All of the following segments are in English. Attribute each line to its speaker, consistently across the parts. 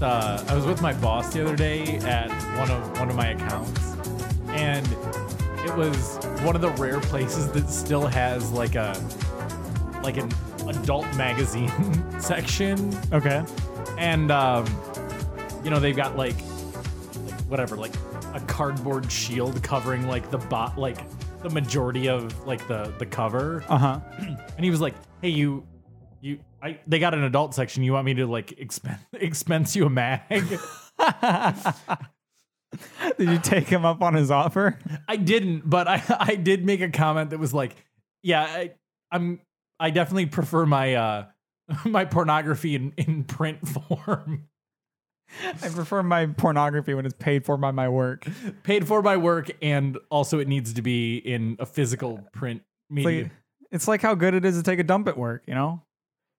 Speaker 1: I was with my boss the other day at one of one of my accounts, and it was one of the rare places that still has like a like an adult magazine section,
Speaker 2: Okay.
Speaker 1: and um, you know they've got like like whatever like a cardboard shield covering like the bot like the majority of like the the cover
Speaker 2: Uh huh.
Speaker 1: and he was like, "Hey, you, you, I, they got an adult section. You want me to like expense expense you a mag?"
Speaker 2: Did you take him up on his offer?
Speaker 1: I didn't, but I I did make a comment that was like, "Yeah, I, I'm I definitely prefer my uh my pornography in in print form,
Speaker 2: I prefer my pornography when it's paid for by my work.
Speaker 1: paid for by work, and also it needs to be in a physical print
Speaker 2: It's
Speaker 1: media."
Speaker 2: like, it's like how good it is to take a dump at work, you know?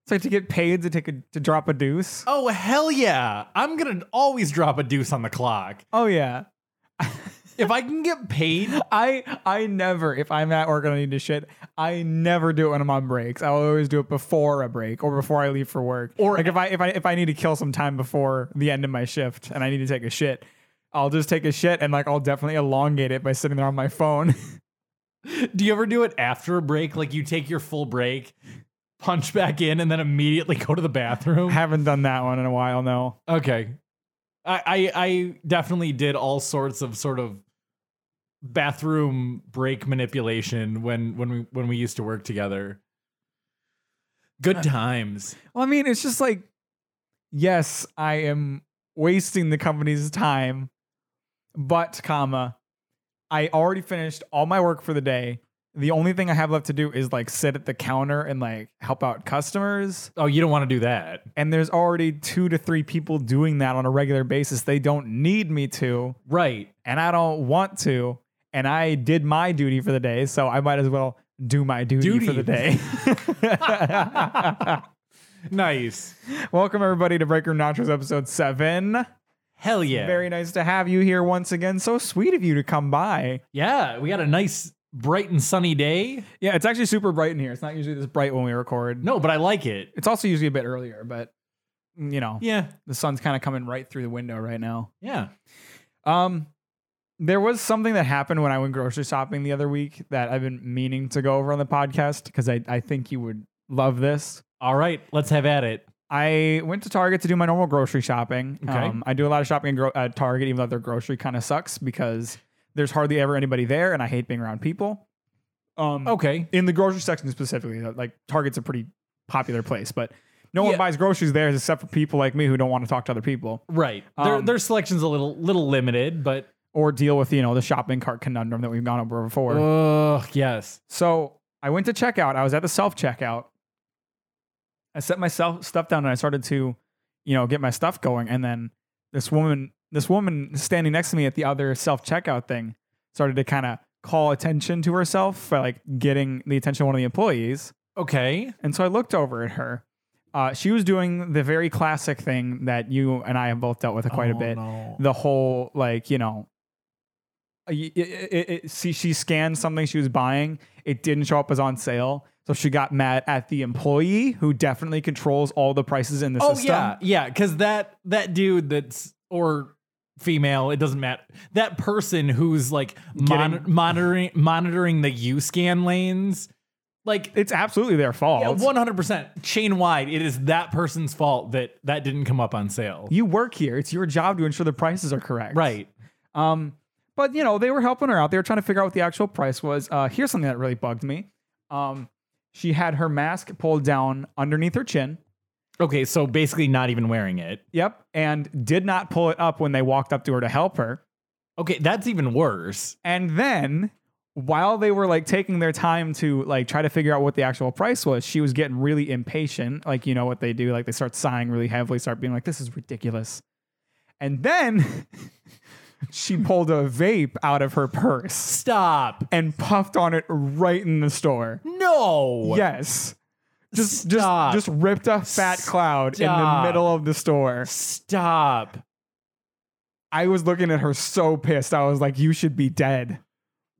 Speaker 2: It's like to get paid to take a to drop a deuce.
Speaker 1: Oh hell yeah! I'm gonna always drop a deuce on the clock
Speaker 2: Oh yeah.
Speaker 1: if I can get paid.
Speaker 2: I I never, if I'm at work and I need to shit, I never do it when I'm on breaks. I always do it before a break or before I leave for work.
Speaker 1: Or-
Speaker 2: like if I if I if I need to kill some time before the end of my shift and I need to take a shit, I'll just take a shit and like I'll definitely elongate it by sitting there on my phone.
Speaker 1: Do you ever do it after a break? Like you take your full break, punch back in, and then immediately go to the bathroom?
Speaker 2: Haven't done that one in a while, no.
Speaker 1: Okay. I, I I definitely did all sorts of sort of bathroom break manipulation when when we when we used to work together. Good times.
Speaker 2: Well, I mean, it's just like, yes, I am wasting the company's time, but, comma, I already finished all my work for the day. The only thing I have left to do is like sit at the counter and like help out customers.
Speaker 1: Oh, you don't want to do that.
Speaker 2: And there's already two to three people doing that on a regular basis. They don't need me to,
Speaker 1: Right.
Speaker 2: and I don't want to. And I did my duty for the day, so I might as well do my duty. for
Speaker 1: Duty.
Speaker 2: the day.
Speaker 1: Nice.
Speaker 2: Welcome everybody to Break Room Nachos episode seven.
Speaker 1: Hell yeah.
Speaker 2: Very nice to have you here once again. So sweet of you to come by.
Speaker 1: yeah, we got a nice bright and sunny day.
Speaker 2: Yeah, it's actually super bright in here. It's not usually this bright when we record.
Speaker 1: No, but I like it.
Speaker 2: It's also usually a bit earlier, but mm, you know,
Speaker 1: Yeah.
Speaker 2: the sun's kind of coming right through the window right now.
Speaker 1: Yeah.
Speaker 2: Um there was something that happened when I went grocery shopping the other week that I've been meaning to go over on the podcast because I, I think you would love this.
Speaker 1: All right, let's have at it.
Speaker 2: I went to Target to do my normal grocery shopping.
Speaker 1: Okay.
Speaker 2: Um, I do a lot of shopping at, gro- at Target, even though their grocery kind of sucks because there's hardly ever anybody there, and I hate being around people. Um,
Speaker 1: Okay.
Speaker 2: in the grocery section specifically, though, like Target's a pretty popular place, but no one
Speaker 1: Yeah.
Speaker 2: buys groceries there except for people like me who don't want to talk to other people
Speaker 1: Right. their,
Speaker 2: Um,
Speaker 1: their selection's a little little limited, but
Speaker 2: or deal with you know the shopping cart conundrum that we've gone over before.
Speaker 1: oh yes.
Speaker 2: So I went to checkout. I was at the self checkout. I set my self stuff down and I started to, you know, get my stuff going. And then this woman, this woman standing next to me at the other self checkout thing, started to kind of call attention to herself by like getting the attention of one of the employees.
Speaker 1: Okay.
Speaker 2: And so I looked over at her. Uh, she was doing the very classic thing that you and I have both dealt with quite a
Speaker 1: Oh,
Speaker 2: bit
Speaker 1: no.
Speaker 2: the whole like you know uh, y- y- it, it, it, see she scanned something she was buying it didn't show up as on sale so she got mad at the employee who definitely controls all the prices in the
Speaker 1: Oh
Speaker 2: system
Speaker 1: yeah, yeah. Because that that dude that's or female, it doesn't matter. That person who's like mon-
Speaker 2: Getting-
Speaker 1: monitoring monitoring the U scan lanes, like
Speaker 2: it's absolutely their fault
Speaker 1: one hundred percent chain wide. It is that person's fault that that didn't come up on sale.
Speaker 2: you work here it's your job to ensure the prices are correct
Speaker 1: Right.
Speaker 2: um but you know they were helping her out they were trying to figure out what the actual price was uh here's something that really bugged me um she had her mask pulled down underneath her chin
Speaker 1: Okay. So basically, not even wearing it.
Speaker 2: yep and did not pull it up when they walked up to her to help her
Speaker 1: Okay, that's even worse.
Speaker 2: And then while they were like taking their time to like try to figure out what the actual price was, she was getting really impatient. Like, you know what they do? Like they start sighing really heavily, start being like, this is ridiculous. And then she pulled a vape out of her purse
Speaker 1: Stop.
Speaker 2: and puffed on it right in the store.
Speaker 1: No.
Speaker 2: Yes. Just
Speaker 1: Stop.
Speaker 2: just just ripped a fat cloud in
Speaker 1: Stop.
Speaker 2: the middle of the store.
Speaker 1: Stop.
Speaker 2: I was looking at her so pissed. I was like, you should be dead.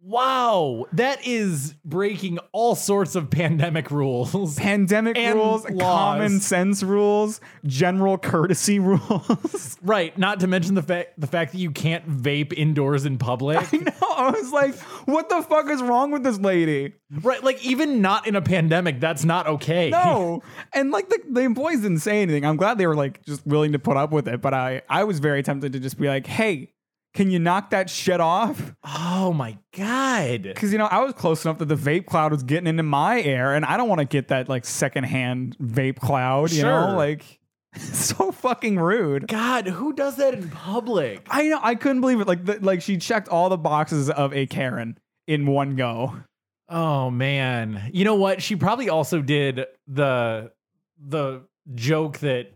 Speaker 1: Wow, that is breaking all sorts of pandemic rules.
Speaker 2: Pandemic
Speaker 1: And
Speaker 2: rules,
Speaker 1: laws.
Speaker 2: common sense rules, general courtesy rules.
Speaker 1: right, not to mention the fact the fact that you can't vape indoors in public.
Speaker 2: I know. I was like, what the fuck is wrong with this lady?
Speaker 1: right, like even not in a pandemic, that's not okay.
Speaker 2: No. and like the, the employees didn't say anything. I'm glad they were like just willing to put up with it. But I, I was very tempted to just be like, hey, can you knock that shit off?
Speaker 1: Oh my god.
Speaker 2: Because, you know, I was close enough that the vape cloud was getting into my air and I don't want to get that like secondhand vape cloud, you
Speaker 1: Sure.
Speaker 2: know? Like, so fucking rude.
Speaker 1: God, who does that in public?
Speaker 2: I know. I couldn't believe it. Like, the, like she checked all the boxes of a Karen in one go.
Speaker 1: Oh man. You know what? She probably also did the the joke that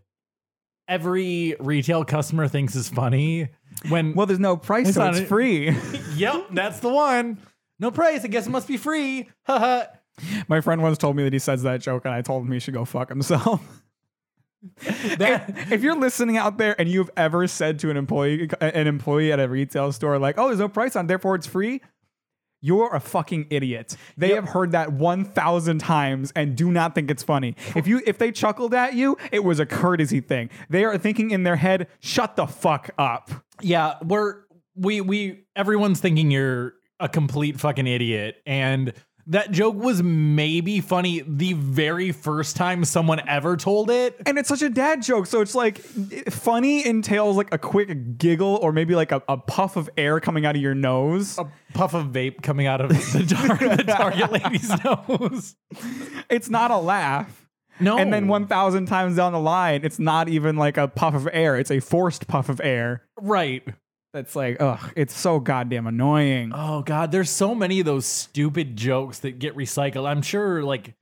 Speaker 1: every retail customer thinks is funny when
Speaker 2: Well, there's no price,
Speaker 1: It's
Speaker 2: so
Speaker 1: not
Speaker 2: it's
Speaker 1: a-
Speaker 2: free.
Speaker 1: Yep, that's the one. No price. I guess it must be free. Haha.
Speaker 2: My friend once told me that he says that joke, and I told him he should go fuck himself.
Speaker 1: That-
Speaker 2: if, if you're listening out there and you've ever said to an employee, an employee at a retail store, like, "Oh, there's no price on, it, therefore it's free," you're a fucking idiot. They have heard that one thousand times and do not think it's funny. If you if they chuckled at you, it was a courtesy thing. They are thinking in their head, "Shut the fuck up."
Speaker 1: yeah, we're we we everyone's thinking you're a complete fucking idiot and that joke was maybe funny the very first time someone ever told it.
Speaker 2: And it's such a dad joke. So it's like funny entails like a quick giggle or maybe like a, a puff of air coming out of your nose.
Speaker 1: Puff of vape coming out of the, tar- the target lady's nose.
Speaker 2: It's not a laugh.
Speaker 1: No.
Speaker 2: And then 1,000 times down the line, it's not even like a puff of air. It's a forced puff of air.
Speaker 1: Right.
Speaker 2: That's like, ugh, it's so goddamn annoying.
Speaker 1: Oh God, there's so many of those stupid jokes that get recycled. I'm sure like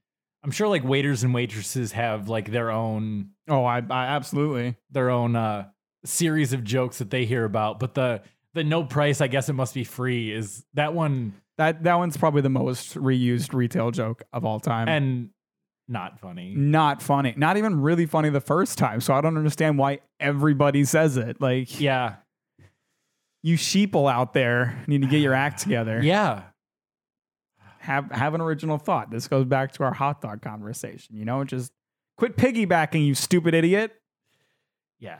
Speaker 1: I'm sure like waiters and waitresses have like their own
Speaker 2: Oh, I, I absolutely.
Speaker 1: their own uh series of jokes that they hear about, but the the no price, I guess it must be free is that one
Speaker 2: That, that one's probably the most reused retail joke of all time.
Speaker 1: and not funny.
Speaker 2: not funny. Not even really funny the first time. So I don't understand why everybody says it. Like,
Speaker 1: Yeah.
Speaker 2: you sheeple out there need to get your act together.
Speaker 1: Yeah.
Speaker 2: Have have an original thought. This goes back to our hot dog conversation. You know, just quit piggybacking, you stupid idiot.
Speaker 1: Yeah.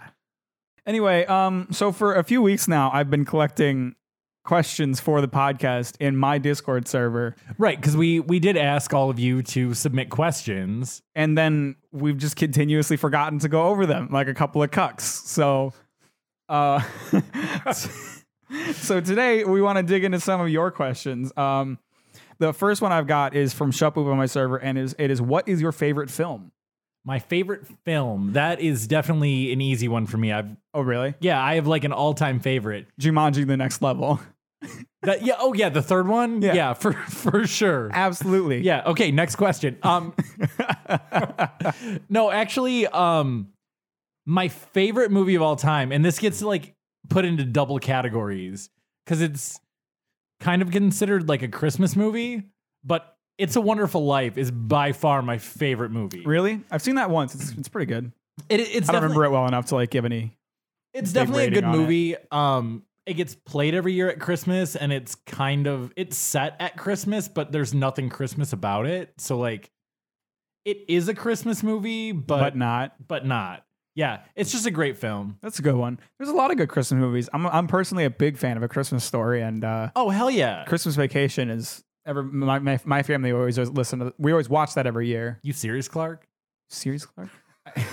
Speaker 2: Anyway, um, so for a few weeks now, I've been collecting questions for the podcast in my Discord server,
Speaker 1: Right, because we we did ask all of you to submit questions.
Speaker 2: and then we've just continuously forgotten to go over them, like a couple of cucks. So, uh, so today we want to dig into some of your questions. Um, the first one I've got is from Shupoop on my server, and is it is what is your favorite film?
Speaker 1: My favorite film, that is definitely an easy one for me. I've
Speaker 2: Oh, really?
Speaker 1: yeah, I have like an all-time favorite.
Speaker 2: Jumanji: The Next Level.
Speaker 1: That yeah, oh yeah, the third one?
Speaker 2: Yeah.
Speaker 1: yeah for for sure.
Speaker 2: Absolutely.
Speaker 1: Yeah. Okay. Next question. Um, no, actually, um, my favorite movie of all time, and this gets like put into double categories because it's kind of considered like a Christmas movie, but It's a Wonderful Life is by far my favorite movie.
Speaker 2: Really? I've seen that once. It's, it's pretty good.
Speaker 1: It, it's
Speaker 2: I don't
Speaker 1: definitely,
Speaker 2: remember it well enough to like give any
Speaker 1: it's
Speaker 2: big
Speaker 1: definitely a
Speaker 2: rating
Speaker 1: good
Speaker 2: on it.
Speaker 1: movie. Um, it gets played every year at Christmas, and it's kind of it's set at Christmas, but there's nothing Christmas about it. So like, it is a Christmas movie,
Speaker 2: but,
Speaker 1: but
Speaker 2: not.
Speaker 1: but not. Yeah, it's just a great film.
Speaker 2: That's a good one. There's a lot of good Christmas movies. I'm I'm personally a big fan of a Christmas story, and uh,
Speaker 1: Oh hell yeah!
Speaker 2: Christmas Vacation is ever my, my my family always listen to. We always watch that every year.
Speaker 1: You serious, Clark?
Speaker 2: Seriously, Clark?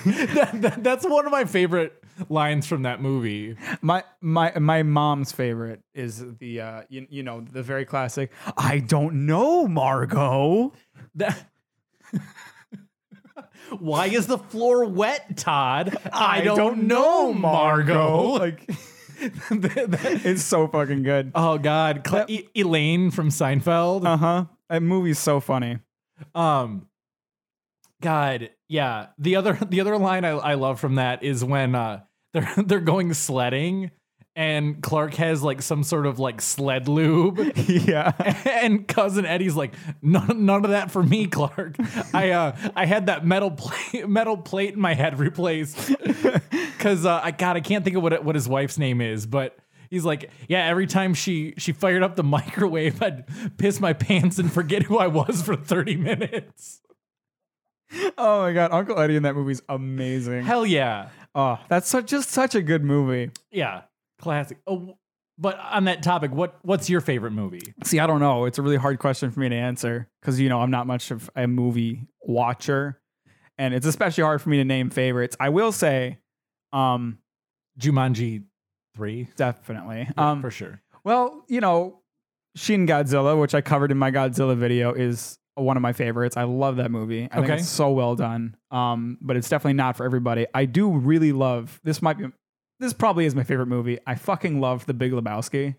Speaker 1: That- that- that's one of my favorite lines from that movie.
Speaker 2: My my my mom's favorite is the uh, you, you know the very classic. I don't know, Margot.
Speaker 1: That. Why is the floor wet, Todd? I, don't, know, Margot.
Speaker 2: Like
Speaker 1: That- that-
Speaker 2: it's so fucking good.
Speaker 1: Oh God, Cla- E- Elaine from Seinfeld.
Speaker 2: Uh huh. That movie's so funny.
Speaker 1: um, God, yeah. The other the other line I, I love from that is when uh they're they're going sledding and Clark has like some sort of like sled lube.
Speaker 2: yeah.
Speaker 1: And cousin Eddie's like, none, none of that for me, Clark. I uh, I had that metal plate, metal plate in my head replaced because uh, I God, I can't think of what it- what his wife's name is, but He's like, yeah. Every time she she fired up the microwave, I'd piss my pants and forget who I was for thirty minutes.
Speaker 2: Oh my god, Uncle Eddie in that movie's amazing.
Speaker 1: Hell yeah,
Speaker 2: Oh, that's such just such a good movie.
Speaker 1: yeah, classic. Oh, but on that topic, what what's your favorite movie?
Speaker 2: See, I don't know. It's a really hard question for me to answer because you know I'm not much of a movie watcher, and it's especially hard for me to name favorites. I will say, um,
Speaker 1: Jumanji three,
Speaker 2: definitely.
Speaker 1: um,
Speaker 2: um,
Speaker 1: for sure.
Speaker 2: Well, you know, Shin Godzilla, which I covered in my Godzilla video, is one of my favorites. I love that movie. I
Speaker 1: Okay.
Speaker 2: think it's so well done. Um, but it's definitely not for everybody. I do really love this. Might be this probably is my favorite movie. I fucking love The Big Lebowski.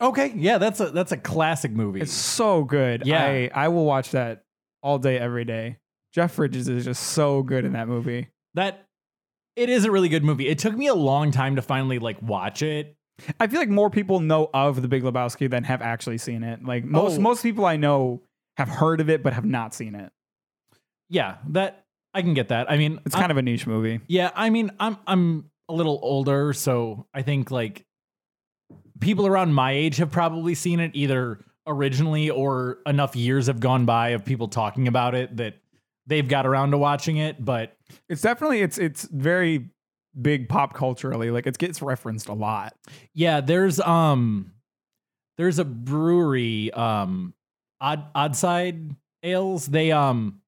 Speaker 1: Okay, yeah, that's a that's a classic movie.
Speaker 2: It's so good.
Speaker 1: Yeah.
Speaker 2: I, I will watch that all day, every day. Jeff Bridges is just so good in that movie.
Speaker 1: that it is a really good movie. It took me a long time to finally like watch it.
Speaker 2: I feel like more people know of The Big Lebowski than have actually seen it. Like most
Speaker 1: Oh.
Speaker 2: most people I know have heard of it but have not seen it.
Speaker 1: Yeah, that I can get that. I mean,
Speaker 2: It's
Speaker 1: I-
Speaker 2: kind of a niche movie.
Speaker 1: yeah. I mean, I'm I'm a little older, so I think like people around my age have probably seen it either originally or enough years have gone by of people talking about it that they've got around to watching it. But
Speaker 2: It's definitely it's it's very big pop culturally. Like it gets referenced a lot.
Speaker 1: yeah, there's um there's a brewery um Odd Oddside Ales. They um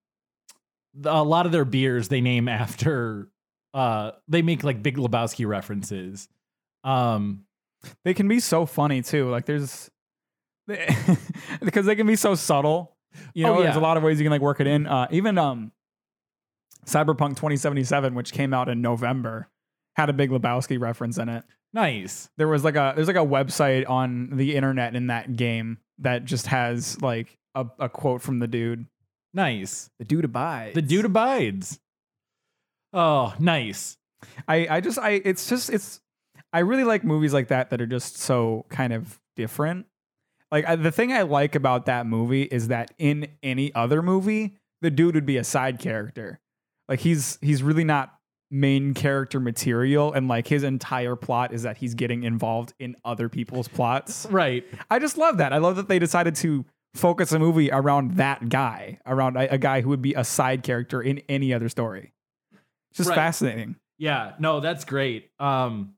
Speaker 1: th- a lot of their beers they name after uh they make like Big Lebowski references. Um
Speaker 2: They can be so funny too. Like there's because they can be so subtle. You know,
Speaker 1: Oh,
Speaker 2: there's a
Speaker 1: yeah.
Speaker 2: lot of ways you can like work it in. Uh, even um, Cyberpunk 2077, which came out in November, had a Big Lebowski reference in it.
Speaker 1: nice.
Speaker 2: There was like a there's like a website on the internet in that game that just has like a, a quote from the dude.
Speaker 1: Nice.
Speaker 2: The dude abides.
Speaker 1: The dude abides. Oh, nice.
Speaker 2: I I just I it's just it's I really like movies like that that are just so kind of different. Like I, the thing I like about that movie is that in any other movie, the dude would be a side character. Like he's he's really not main character material and like his entire plot is that he's getting involved in other people's plots.
Speaker 1: Right.
Speaker 2: I just love that. I love that they decided to focus a movie around that guy, around a, a guy who would be a side character in any other story. It's just
Speaker 1: Right.
Speaker 2: fascinating.
Speaker 1: Yeah, no, that's great. Um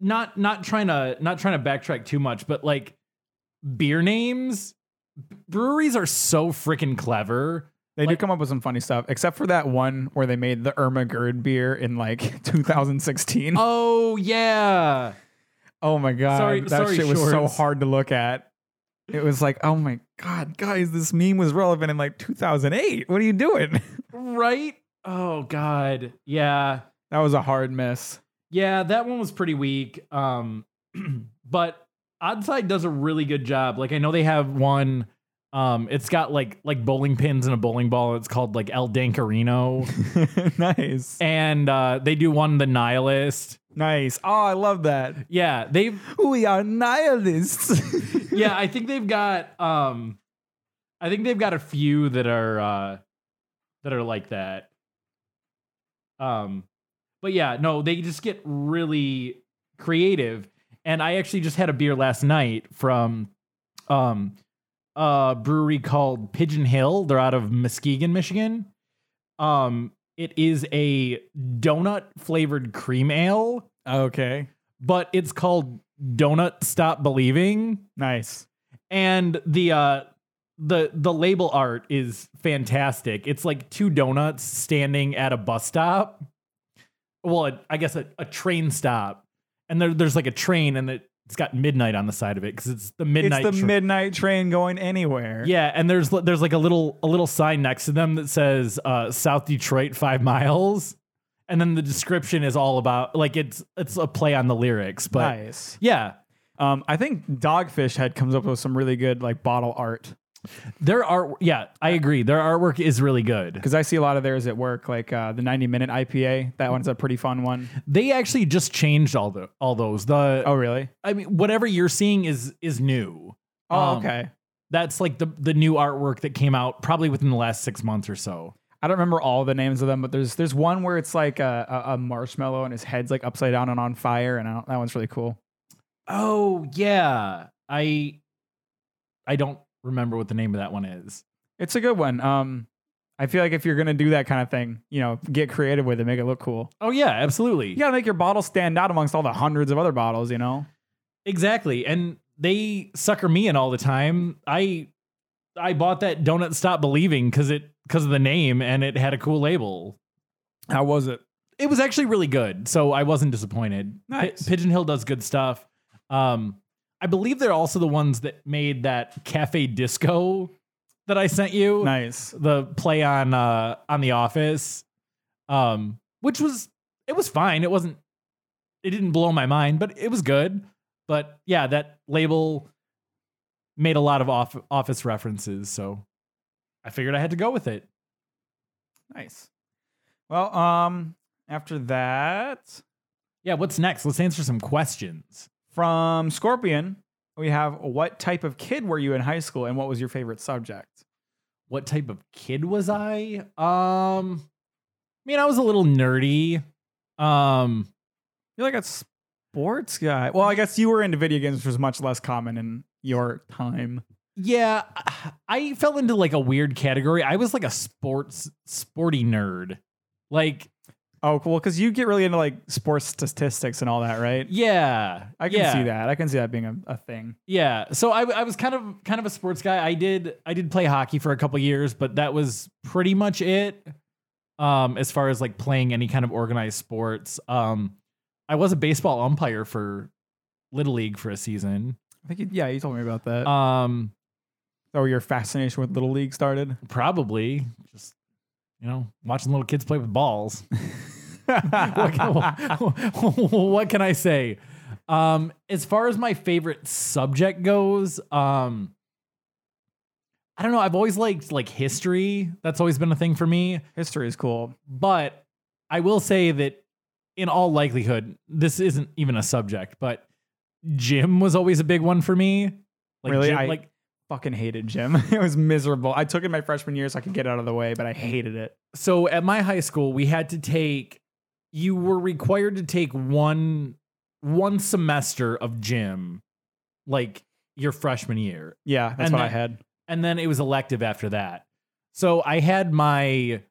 Speaker 1: not not trying to not trying to backtrack too much, but like beer names breweries are so freaking clever.
Speaker 2: They
Speaker 1: Like-
Speaker 2: do come up with some funny stuff, except for that one where they made the Irma Gerd beer in like 2016. Oh,
Speaker 1: Oh yeah.
Speaker 2: my god,
Speaker 1: Sorry-
Speaker 2: that
Speaker 1: sorry,
Speaker 2: shit was so
Speaker 1: shorts.
Speaker 2: hard to look at. It was like, oh my god, guys, this meme was relevant in like 2008. What are you doing?
Speaker 1: Right? Oh god. Yeah.
Speaker 2: That was a hard miss.
Speaker 1: Yeah, that one was pretty weak. Um, but Oddside does a really good job. Like I know they have one. Um, it's got like like bowling pins and a bowling ball. It's called like El Dankarino,
Speaker 2: nice,
Speaker 1: and uh, they do one the Nihilist.
Speaker 2: nice. Oh, I love that.
Speaker 1: Yeah, they've
Speaker 2: We are nihilists.
Speaker 1: yeah. I think they've got um, I think they've got a few that are uh, that are like that. Um, but yeah, no, they just get really creative. And I actually just had a beer last night from um a brewery called Pigeon Hill. They're out of Muskegon, Michigan. Um, it is a donut flavored cream ale,
Speaker 2: okay,
Speaker 1: but it's called Donut Stop Believing
Speaker 2: nice.
Speaker 1: and the uh the the label art is fantastic. It's like two donuts standing at a bus stop. Well, it- I guess a, a train stop, and there, there's like a train, and it, it's got midnight on the side of it because it's the midnight.
Speaker 2: it's the
Speaker 1: tra-
Speaker 2: midnight train going anywhere.
Speaker 1: yeah, and there's li- there's like a little a little sign next to them that says uh, South Detroit five miles, and then the description is all about like it's it's a play on the lyrics, but
Speaker 2: nice.
Speaker 1: yeah,
Speaker 2: Um, I think Dogfish Head comes up with some really good like bottle art
Speaker 1: their art yeah I agree their artwork is really good.
Speaker 2: because I see a lot of theirs at work, like uh, the 90 minute IPA. That one's a pretty fun one.
Speaker 1: they actually just changed all the all those the
Speaker 2: Oh, really?
Speaker 1: i mean whatever you're seeing is is new
Speaker 2: Oh,
Speaker 1: Um,
Speaker 2: okay.
Speaker 1: that's like the the new artwork that came out probably within the last six months or so
Speaker 2: I don't remember all the names of them, but there's there's one where it's like a, a, a marshmallow and his head's like upside down and on fire, and I don't, that one's really cool.
Speaker 1: Oh yeah, I I don't remember what the name of that one is.
Speaker 2: It's a good one. Um, I feel like if you're gonna do that kind of thing, you know, get creative with it, make it look cool.
Speaker 1: Oh yeah, absolutely.
Speaker 2: You gotta make your bottle stand out amongst all the hundreds of other bottles. You know,
Speaker 1: Exactly. And they sucker me in all the time. I I bought that Donut Stop Believing cuz it cuz of the name and it had a cool label.
Speaker 2: how was it?
Speaker 1: It was actually really good, so I wasn't disappointed. Pi-
Speaker 2: Nice.
Speaker 1: Pigeon Hill does good stuff. Um I believe they're also the ones that made that Cafe Disco that I sent you
Speaker 2: Nice.
Speaker 1: the play on uh on the office um which was it was fine it wasn't it didn't blow my mind but it was good but yeah that label made a lot of off- office references so i figured i had to go with it
Speaker 2: Nice. Well, um, after that,
Speaker 1: yeah what's next let's answer some questions
Speaker 2: from Scorpion, we have what type of kid were you in high school, and what was your favorite subject?
Speaker 1: what type of kid was i um i mean i was a little nerdy um
Speaker 2: You're like a sports guy. Well, I guess you were into video games, which was much less common in your time.
Speaker 1: Yeah, I fell into like a weird category. I was like a sports sporty nerd. Like,
Speaker 2: Oh, cool. Because you get really into like sports statistics and all that, right?
Speaker 1: yeah,
Speaker 2: I can
Speaker 1: yeah,
Speaker 2: see that. I can see that being a, a thing.
Speaker 1: Yeah, so I, I was kind of kind of a sports guy. I did I did play hockey for a couple years, but that was pretty much it. Um, as far as like playing any kind of organized sports, um, I was a baseball umpire for Little League for a season.
Speaker 2: I think, you, yeah, you told me about that.
Speaker 1: Um,
Speaker 2: so your fascination with Little League started?
Speaker 1: probably just you know watching little kids play with balls. what, can, what can I say? Um, as far as my favorite subject goes, um, I don't know. I've always liked like history. That's always been a thing for me.
Speaker 2: History is cool.
Speaker 1: But I will say that in all likelihood, this isn't even a subject. But gym was always a big one for me. Like
Speaker 2: Really?
Speaker 1: gym-
Speaker 2: I-
Speaker 1: like
Speaker 2: Fucking hated gym. it was miserable. I took it my freshman year so I could get out of the way, but I hated it.
Speaker 1: so at my high school we had to take you were required to take one one semester of gym like your freshman year
Speaker 2: Yeah, that's
Speaker 1: And
Speaker 2: what I
Speaker 1: that-
Speaker 2: had.
Speaker 1: and then it was elective after that so i had my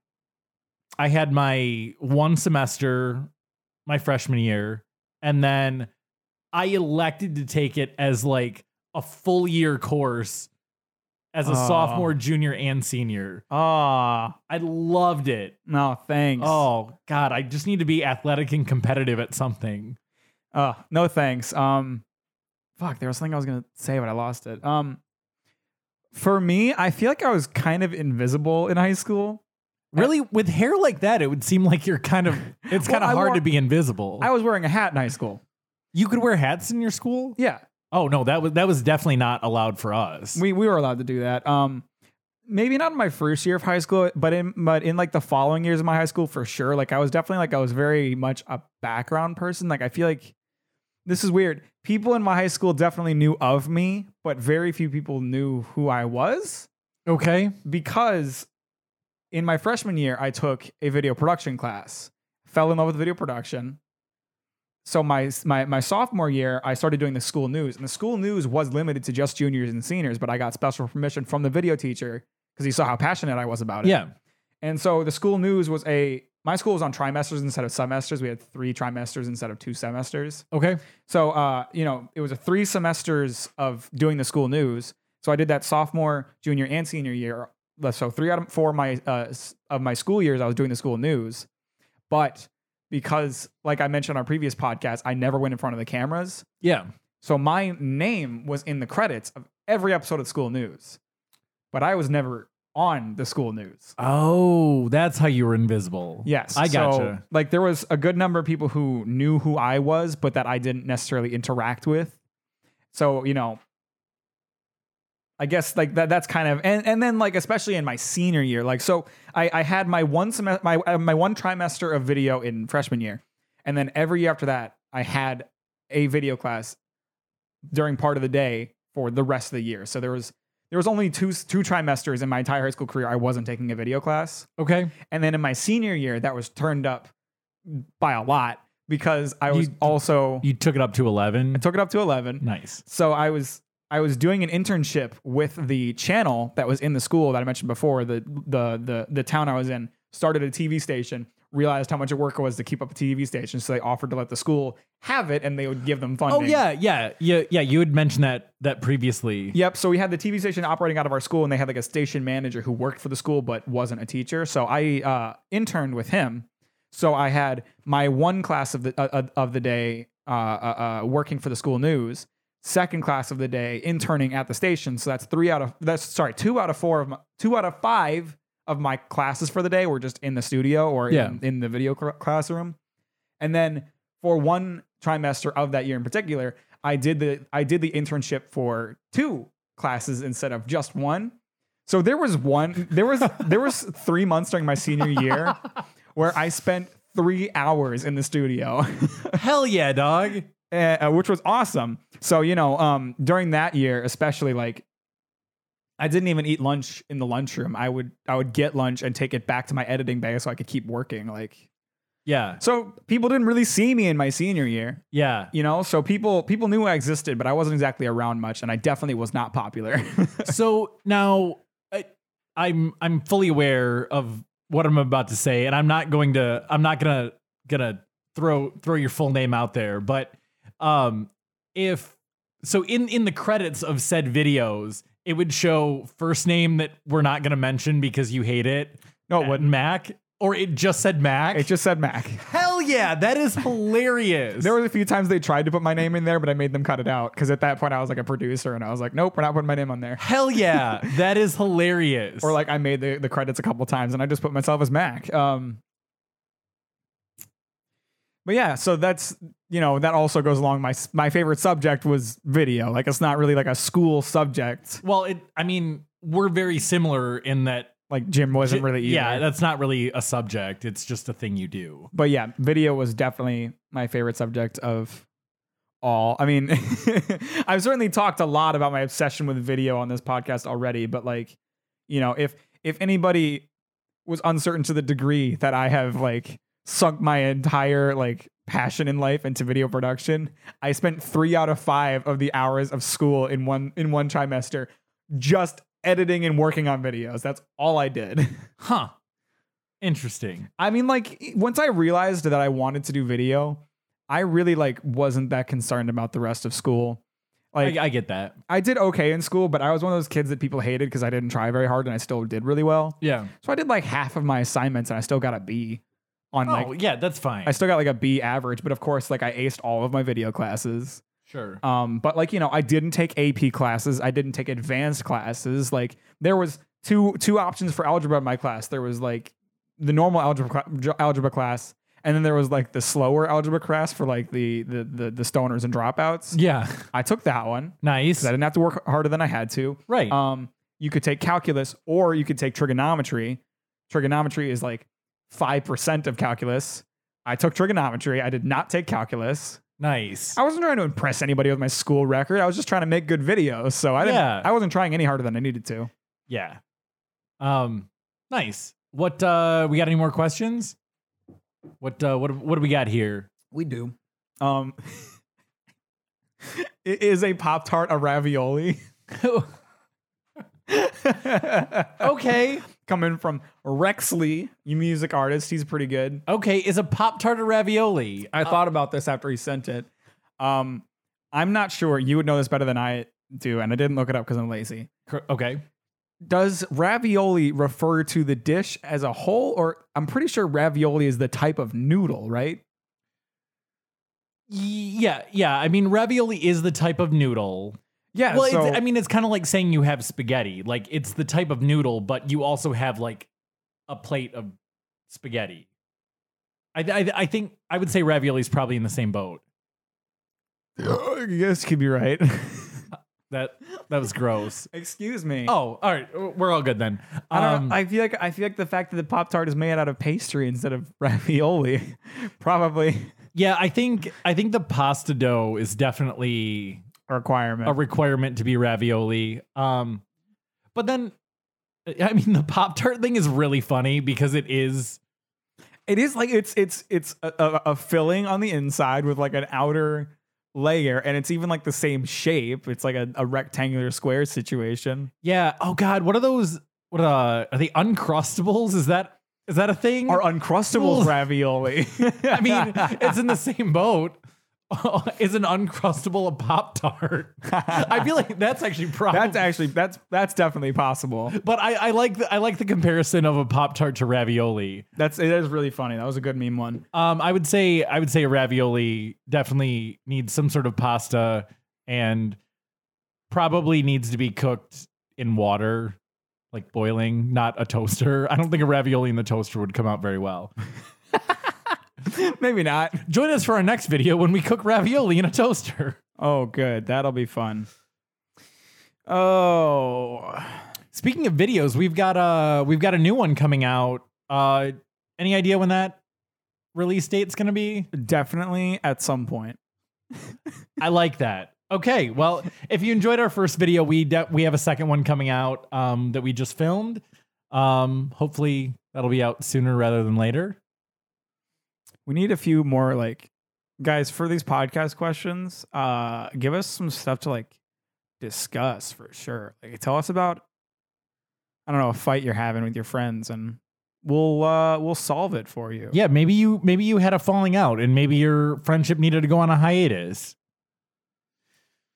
Speaker 1: i had my one semester my freshman year and then i elected to take it as like a full year course as a
Speaker 2: Aw.
Speaker 1: sophomore junior and senior
Speaker 2: Ah,
Speaker 1: i loved it
Speaker 2: no, thanks.
Speaker 1: Oh God, I just need to be athletic and competitive at something.
Speaker 2: Uh, no thanks. Um, fuck, there was something I was gonna say, but I lost it. Um, for me, I feel like I was kind of invisible in high school.
Speaker 1: Really, with hair like that, it would seem like you're kind of. It's
Speaker 2: Well,
Speaker 1: kind of
Speaker 2: I
Speaker 1: hard
Speaker 2: wore-
Speaker 1: to be invisible.
Speaker 2: I was wearing a hat in high school.
Speaker 1: you could wear hats in your school.
Speaker 2: Yeah,
Speaker 1: Oh no, that was that was definitely not allowed for us.
Speaker 2: we we were allowed to do that. Um, maybe not in my first year of high school, but in but in like the following years of my high school for sure. Like I was definitely like I was very much a background person. Like I feel like this is weird. People in my high school definitely knew of me, but very few people knew who I was.
Speaker 1: okay.
Speaker 2: because in my freshman year I took a video production class, fell in love with video production. So my my my sophomore year I started doing the school news, and the school news was limited to just juniors and seniors, but I got special permission from the video teacher because he saw how passionate I was about it.
Speaker 1: Yeah.
Speaker 2: And so the school news was a my school was on trimesters instead of semesters. We had three trimesters instead of two semesters.
Speaker 1: Okay.
Speaker 2: So, uh, you know, it was a three semesters of doing the school news. So I did that sophomore, junior, and senior year. So three out of four of my uh, s- of my school years, I was doing the school news. But because, like I mentioned on our previous podcast, I never went in front of the cameras.
Speaker 1: Yeah.
Speaker 2: So my name was in the credits of every episode of school news, but I was never on the school news.
Speaker 1: Oh, that's how you were invisible.
Speaker 2: Yes,
Speaker 1: I gotcha.
Speaker 2: So, like there was a good number of people who knew who I was, but that I didn't necessarily interact with. So you know, I guess like that. That's kind of and and then like especially in my senior year, like so I I had my one semester my uh, my one trimester of video in freshman year, and then every year after that I had a video class during part of the day for the rest of the year. So there was. There was only two two trimesters in my entire high school career I wasn't taking a video class.
Speaker 1: okay.
Speaker 2: And then in my senior year, that was turned up by a lot because I was
Speaker 1: You-
Speaker 2: also
Speaker 1: You took it up to 11.
Speaker 2: took it up to 11.
Speaker 1: nice.
Speaker 2: So I was I was doing an internship with the channel that was in the school that I mentioned before. The the the the town I was in started a TV station. Realized how much work it was to keep up a TV station, so they offered to let the school have it, and they would give them funding.
Speaker 1: Oh yeah, yeah, yeah, yeah. You had mentioned that that previously.
Speaker 2: Yep. So we had the TV station operating out of our school, and they had like a station manager who worked for the school but wasn't a teacher. So I uh, interned with him. So I had my one class of the uh, uh, of the day uh, uh, uh, working for the school news, second class of the day interning at the station. So that's three out of that's sorry two out of four of my, two out of five of my classes for the day were just in the studio or
Speaker 1: Yeah.
Speaker 2: in, in the video cl- classroom. And then for one trimester of that year in particular, I did the I did the internship for two classes instead of just one. So there was one there was there was 3 months during my senior year where I spent 3 hours in the studio.
Speaker 1: Hell yeah, dog.
Speaker 2: uh, which was awesome. So you know, um, during that year, especially like, I didn't even eat lunch in the lunchroom. I would I would get lunch and take it back to my editing bay so I could keep working. Like,
Speaker 1: Yeah,
Speaker 2: so people didn't really see me in my senior year,
Speaker 1: yeah.
Speaker 2: you know. So people people knew I existed, but I wasn't exactly around much, and I definitely was not popular.
Speaker 1: so now I, I'm I'm fully aware of what I'm about to say, and I'm not going to I'm not gonna gonna throw throw your full name out there, but um, if so, in in the credits of said videos, it would show first name that we're not gonna mention because you hate it.
Speaker 2: No, it wouldn't.
Speaker 1: Mac, or it just said Mac.
Speaker 2: Oh, it just said Mac.
Speaker 1: hell yeah, that is hilarious.
Speaker 2: There was a few times they tried to put my name in there, but I made them cut it out because at that point I was like a producer, and I was like, nope, we're not putting my name on there.
Speaker 1: hell yeah, that is hilarious.
Speaker 2: Or like I made the, the credits a couple times and I just put myself as Mac. Um, but yeah, so that's you know that also goes along. My s- my favorite subject was video. Like it's not really like a school subject.
Speaker 1: well, it. I mean, we're very similar in that
Speaker 2: Like Jim wasn't really either.
Speaker 1: Yeah, that's not really a subject. It's just a thing you do.
Speaker 2: but yeah, video was definitely my favorite subject of all. I mean, I've certainly talked a lot about my obsession with video on this podcast already, but like, you know, if if anybody was uncertain to the degree that I have like sunk my entire like passion in life into video production, I spent 3 out of 5 of the hours of school in one in one trimester just editing and working on videos. That's all I did.
Speaker 1: Huh. Interesting.
Speaker 2: I mean, like e, once I realized that I wanted to do video, I really like wasn't that concerned about the rest of school. Like
Speaker 1: I,
Speaker 2: I,
Speaker 1: I get that.
Speaker 2: did okay in school, but I was one of those kids that people hated because I didn't try very hard and I still did really well.
Speaker 1: Yeah.
Speaker 2: So I did like half of my assignments and I still got a B on
Speaker 1: Oh,
Speaker 2: like
Speaker 1: yeah, that's fine.
Speaker 2: I still got like a B average, but of course like I aced all of my video classes.
Speaker 1: sure.
Speaker 2: Um, but like you know, I didn't take AP classes. I didn't take advanced classes. Like there was two two options for algebra in my class. There was like the normal algebra cla- algebra class, and then there was like the slower algebra class for like the the the, the stoners and dropouts.
Speaker 1: yeah.
Speaker 2: I took that one
Speaker 1: Nice.
Speaker 2: 'cause I didn't have to work harder than I had to.
Speaker 1: right.
Speaker 2: Um, you could take calculus or you could take trigonometry. Trigonometry is like five percent of calculus. I took trigonometry. I did not take calculus.
Speaker 1: nice.
Speaker 2: I wasn't trying to impress anybody with my school record. I was just trying to make good videos. So I didn't.
Speaker 1: Yeah.
Speaker 2: I wasn't trying any harder than I needed to.
Speaker 1: yeah. Um nice. What uh we got any more questions? What uh what what do we got here?
Speaker 2: We do. Um, i- is a pop tart a ravioli?
Speaker 1: okay.
Speaker 2: Coming from Rexley, you music artist. He's pretty good.
Speaker 1: Okay, is a pop tart a ravioli?
Speaker 2: I thought about this after he sent it. Um, I'm not sure. You would know this better than I do, and I didn't look it up because I'm lazy.
Speaker 1: Cor- Okay.
Speaker 2: does ravioli refer to the dish as a whole or i'm pretty sure ravioli is the type of noodle right
Speaker 1: Yeah, yeah. I mean, ravioli is the type of noodle.
Speaker 2: yeah
Speaker 1: well,
Speaker 2: so-
Speaker 1: it's, I mean, it's kind of like saying you have spaghetti. Like it's the type of noodle, but you also have like a plate of spaghetti. I, I, I think I would say ravioli's probably in the same boat.
Speaker 2: i guess Oh, you could be right
Speaker 1: That that was gross.
Speaker 2: excuse me
Speaker 1: Oh, all right, we're all good then.
Speaker 2: I, don't,
Speaker 1: Um,
Speaker 2: I feel like I feel like the fact that the Pop Tart is made out of pastry instead of ravioli, probably
Speaker 1: yeah, I think I think the pasta dough is definitely
Speaker 2: a requirement.
Speaker 1: a requirement to be ravioli. Um, but then, I mean, the pop tart thing is really funny because it is
Speaker 2: It is like it's it's it's a, a, a filling on the inside with like an outer layer, and it's even like the same shape. It's like a, a rectangular square situation.
Speaker 1: Yeah. Oh God, what are those? What uh, are they? Uncrustables? Is that is that a thing?
Speaker 2: Or uncrustables
Speaker 1: Well-
Speaker 2: ravioli.
Speaker 1: I mean, it's in the same boat. is an uncrustable a pop tart? I feel like that's actually probably.
Speaker 2: that's actually that's that's definitely possible.
Speaker 1: but I, I like the, I like the comparison of a pop tart to ravioli.
Speaker 2: That's it is really funny. That was a good meme one.
Speaker 1: Um, I would say I would say a ravioli definitely needs some sort of pasta and probably needs to be cooked in water, like boiling, not a toaster. I don't think a ravioli in the toaster would come out very well.
Speaker 2: Maybe not.
Speaker 1: Join us for our next video when we cook ravioli in a toaster.
Speaker 2: Oh, good. That'll be fun. Oh,
Speaker 1: Speaking of videos, we've got a we've got a new one coming out. Uh, any idea when that release date's going to be?
Speaker 2: definitely at some point.
Speaker 1: I like that. Okay, well, if you enjoyed our first video, we de- we have a second one coming out um, that we just filmed. Um, hopefully, that'll be out sooner rather than later.
Speaker 2: We need a few more like guys for these podcast questions. Uh, give us some stuff to like discuss for sure. Like, tell us about I don't know a fight you're having with your friends, and we'll uh we'll solve it for you.
Speaker 1: Yeah, maybe you maybe you had a falling out, and maybe your friendship needed to go on a hiatus.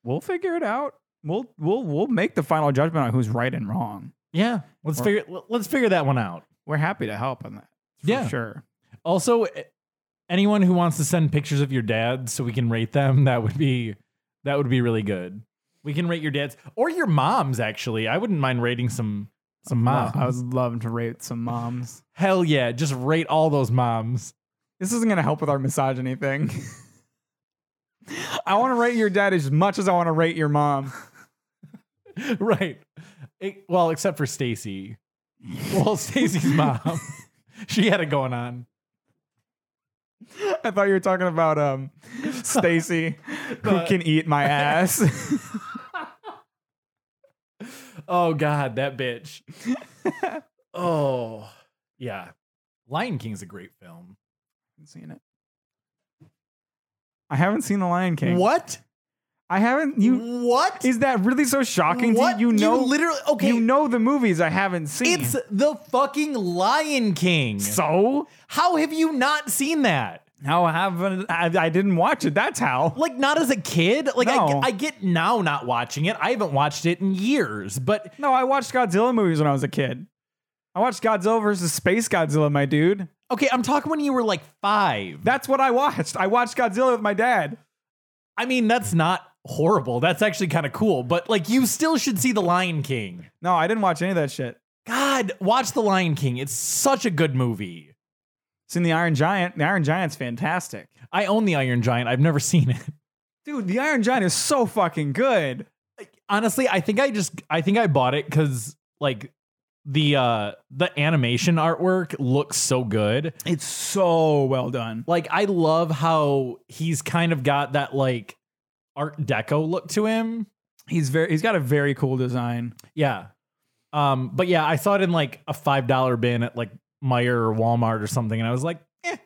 Speaker 2: we'll figure it out. We'll we'll we'll make the final judgment on who's right and wrong.
Speaker 1: Yeah, let's
Speaker 2: Or-
Speaker 1: figure let's figure that one out.
Speaker 2: We're happy to help on that. For
Speaker 1: Yeah.
Speaker 2: sure.
Speaker 1: Also, eh, anyone who wants to send pictures of your dad so we can rate them, that would be that would be really good. We can rate your dad's or your mom's actually. I wouldn't mind rating some some
Speaker 2: Wow,
Speaker 1: moms.
Speaker 2: I was loving to rate some moms.
Speaker 1: Hell yeah, just rate all those moms.
Speaker 2: This isn't gonna help with our misogyny thing. I want to rate your dad as much as I want to rate your mom.
Speaker 1: right. It- well, except for Stacy. Well, Stacy's mom. She had it going on.
Speaker 2: I thought you were talking about um Stacy, who
Speaker 1: The-
Speaker 2: can eat my ass.
Speaker 1: Oh god, that bitch. oh. Yeah. Lion King's a great film.
Speaker 2: seen it. I haven't seen The Lion King.
Speaker 1: What?
Speaker 2: I haven't. You
Speaker 1: what?
Speaker 2: is that really so shocking
Speaker 1: what?
Speaker 2: to you? You know,
Speaker 1: literally okay.
Speaker 2: you know the movies I haven't seen.
Speaker 1: it's the fucking Lion King.
Speaker 2: so
Speaker 1: How have you not seen that?
Speaker 2: how haven't I, I didn't watch it? That's how.
Speaker 1: Like not as a kid. Like
Speaker 2: No.
Speaker 1: I, I get now not watching it. I haven't watched it in years. But
Speaker 2: No, I watched Godzilla movies when I was a kid. I watched Godzilla versus Space Godzilla, my dude.
Speaker 1: okay, I'm talking when you were like five.
Speaker 2: That's what I watched. I watched Godzilla with my dad.
Speaker 1: I mean, that's not horrible. That's actually kind of cool. But like, you still should see the Lion King.
Speaker 2: No, I didn't watch any of that shit.
Speaker 1: God, watch the Lion King. It's such a good movie.
Speaker 2: Seen the Iron Giant. The Iron Giant's fantastic.
Speaker 1: I own the Iron Giant. I've never seen it.
Speaker 2: Dude, the Iron Giant is so fucking good.
Speaker 1: honestly i think i just i think i bought it because like the uh the animation artwork looks so good
Speaker 2: It's so well done.
Speaker 1: like i love how he's kind of got that like art deco look to him
Speaker 2: He's very he's got a very cool design.
Speaker 1: yeah um but yeah i saw it in like a five dollar bin at like meyer or walmart or something and i was like eh.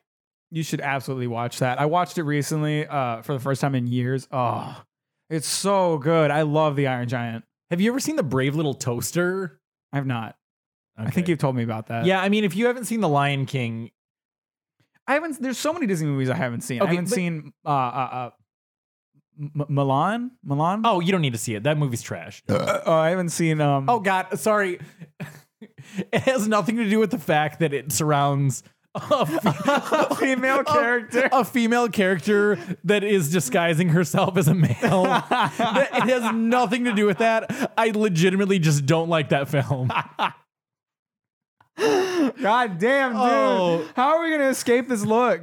Speaker 2: You should absolutely watch that. I watched it recently uh for the first time in years. Oh, it's so good. I love the Iron Giant.
Speaker 1: have you ever seen the brave little toaster
Speaker 2: I have not. I think you've told me about that.
Speaker 1: yeah i mean if you haven't seen the lion king
Speaker 2: I haven't. There's so many Disney movies I haven't seen. I
Speaker 1: Okay,
Speaker 2: haven't
Speaker 1: but-
Speaker 2: seen uh, uh, uh, M- Milan. Milan.
Speaker 1: oh you don't need to see it that movie's trash
Speaker 2: Uh, oh, I haven't seen. Um,
Speaker 1: Oh God, sorry. it has nothing to do with the fact that it surrounds a,
Speaker 2: A female character.
Speaker 1: a, female character that is disguising herself as a male. That- it has nothing to do with that. I legitimately just don't like that film.
Speaker 2: God damn, dude!
Speaker 1: Oh.
Speaker 2: How are we gonna escape this look?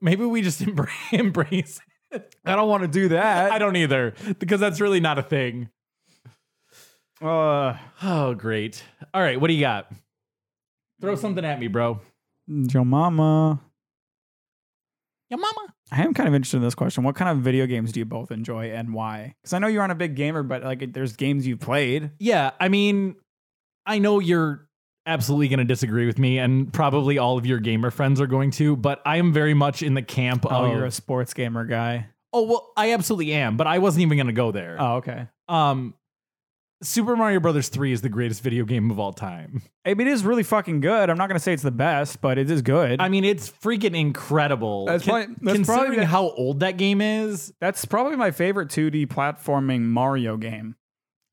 Speaker 1: Maybe we just embra- embrace. it.
Speaker 2: I don't want to do that.
Speaker 1: I don't either because that's really not a thing.
Speaker 2: don't. Uh,
Speaker 1: Oh, great. All right, what do you got? Throw something at me, bro.
Speaker 2: Joe Mama.
Speaker 1: Your mama.
Speaker 2: I am kind of interested in this question. What kind of video games do you both enjoy and why? Because I know you aren't a big gamer, but like, there's games you've played.
Speaker 1: Yeah, I mean, I know you're absolutely going to disagree with me, and probably all of your gamer friends are going to. But I am very much in the camp
Speaker 2: Oh,
Speaker 1: of
Speaker 2: you're a sports gamer guy.
Speaker 1: oh well, I absolutely am, but I wasn't even going to go there.
Speaker 2: Oh, okay.
Speaker 1: Um, Super Mario Brothers Three is the greatest video game of all time.
Speaker 2: I mean, it is really fucking good. I'm not gonna say it's the best, but it is good.
Speaker 1: I mean, it's freaking incredible.
Speaker 2: That's probably- that's
Speaker 1: considering
Speaker 2: probably-
Speaker 1: how old that game is.
Speaker 2: That's probably my favorite 2D platforming Mario game.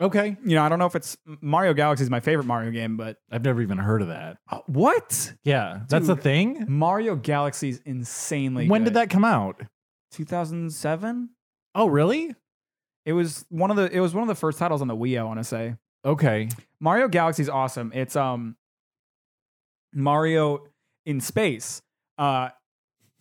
Speaker 1: Okay,
Speaker 2: You know, I don't know if it's Mario Galaxy is my favorite Mario game, but
Speaker 1: I've never even heard of that.
Speaker 2: Uh, what?
Speaker 1: Yeah, that's a
Speaker 2: Dude. Oh
Speaker 1: thing.
Speaker 2: Mario Galaxy is insanely.
Speaker 1: When did
Speaker 2: good.
Speaker 1: that come out?
Speaker 2: 2007?
Speaker 1: Oh, really?
Speaker 2: It was one of the. It was one of the first titles on the Wii. I want to say
Speaker 1: Okay.
Speaker 2: Mario Galaxy is awesome. It's um Mario in space. Uh,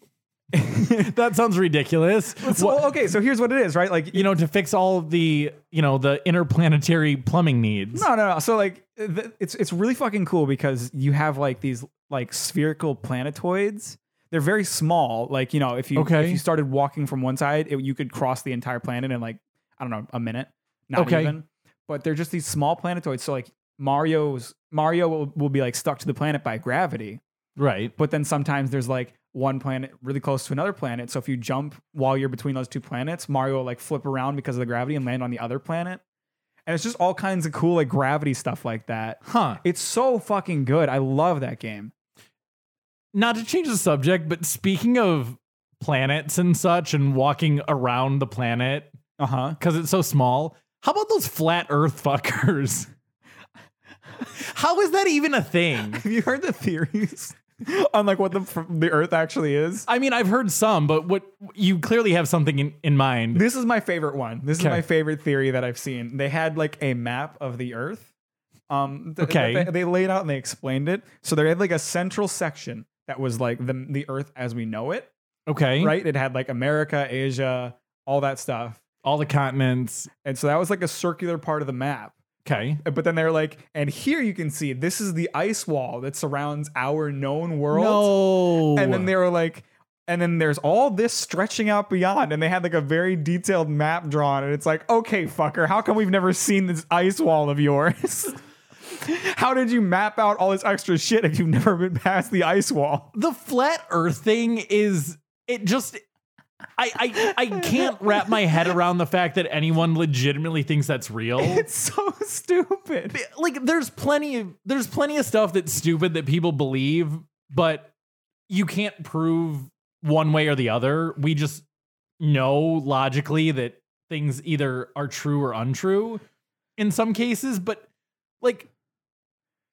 Speaker 1: that sounds ridiculous.
Speaker 2: so-
Speaker 1: What-
Speaker 2: okay, so here's what it is, right? Like
Speaker 1: you know, to fix all of the, you know, the interplanetary plumbing needs.
Speaker 2: No, no, no. So like, th- it's it's really fucking cool because you have like these like spherical planetoids. They're very small. Like you know, if you
Speaker 1: Okay.
Speaker 2: if you started walking from one side, it, you could cross the entire planet in like I don't know a minute. Not
Speaker 1: Okay.
Speaker 2: even. But they're just these small planetoids. So like Mario's Mario will, will be like stuck to the planet by gravity.
Speaker 1: Right.
Speaker 2: But then sometimes there's like one planet really close to another planet. So if you jump while you're between those two planets, Mario will like flip around because of the gravity and land on the other planet. And it's just all kinds of cool like gravity stuff like that.
Speaker 1: Huh.
Speaker 2: It's so fucking good. I love that game.
Speaker 1: Not to change the subject, but speaking of planets and such and walking around the planet
Speaker 2: Uh huh.
Speaker 1: because it's so small, how about those flat earth fuckers? how is that even a thing?
Speaker 2: Have you heard the theories on like what the the Earth actually is?
Speaker 1: I mean, I've heard some, but what you clearly have something in, in mind.
Speaker 2: This is my favorite one. This
Speaker 1: Okay.
Speaker 2: is my favorite theory that I've seen. They had like a map of the Earth. Um, th-
Speaker 1: Okay.
Speaker 2: that They, they laid out and they explained it. So they had like a central section that was like the the Earth as we know it.
Speaker 1: Okay.
Speaker 2: Right. It had like America, Asia, all that stuff.
Speaker 1: All the continents.
Speaker 2: And so that was like a circular part of the map.
Speaker 1: Okay.
Speaker 2: But then they're like, and here you can see this is the ice wall that surrounds our known world.
Speaker 1: No.
Speaker 2: And then they were like, and then there's all this stretching out beyond. And they had like a very detailed map drawn. And it's like, okay, fucker, how come we've never seen this ice wall of yours? how did you map out all this extra shit if you've never been past the ice wall?
Speaker 1: the flat earth thing is it just I, I I can't wrap my head around the fact that anyone legitimately thinks that's real.
Speaker 2: It's so stupid.
Speaker 1: Like there's plenty of there's plenty of stuff that's stupid that people believe, but you can't prove one way or the other. We just know logically that things either are true or untrue in some cases, but like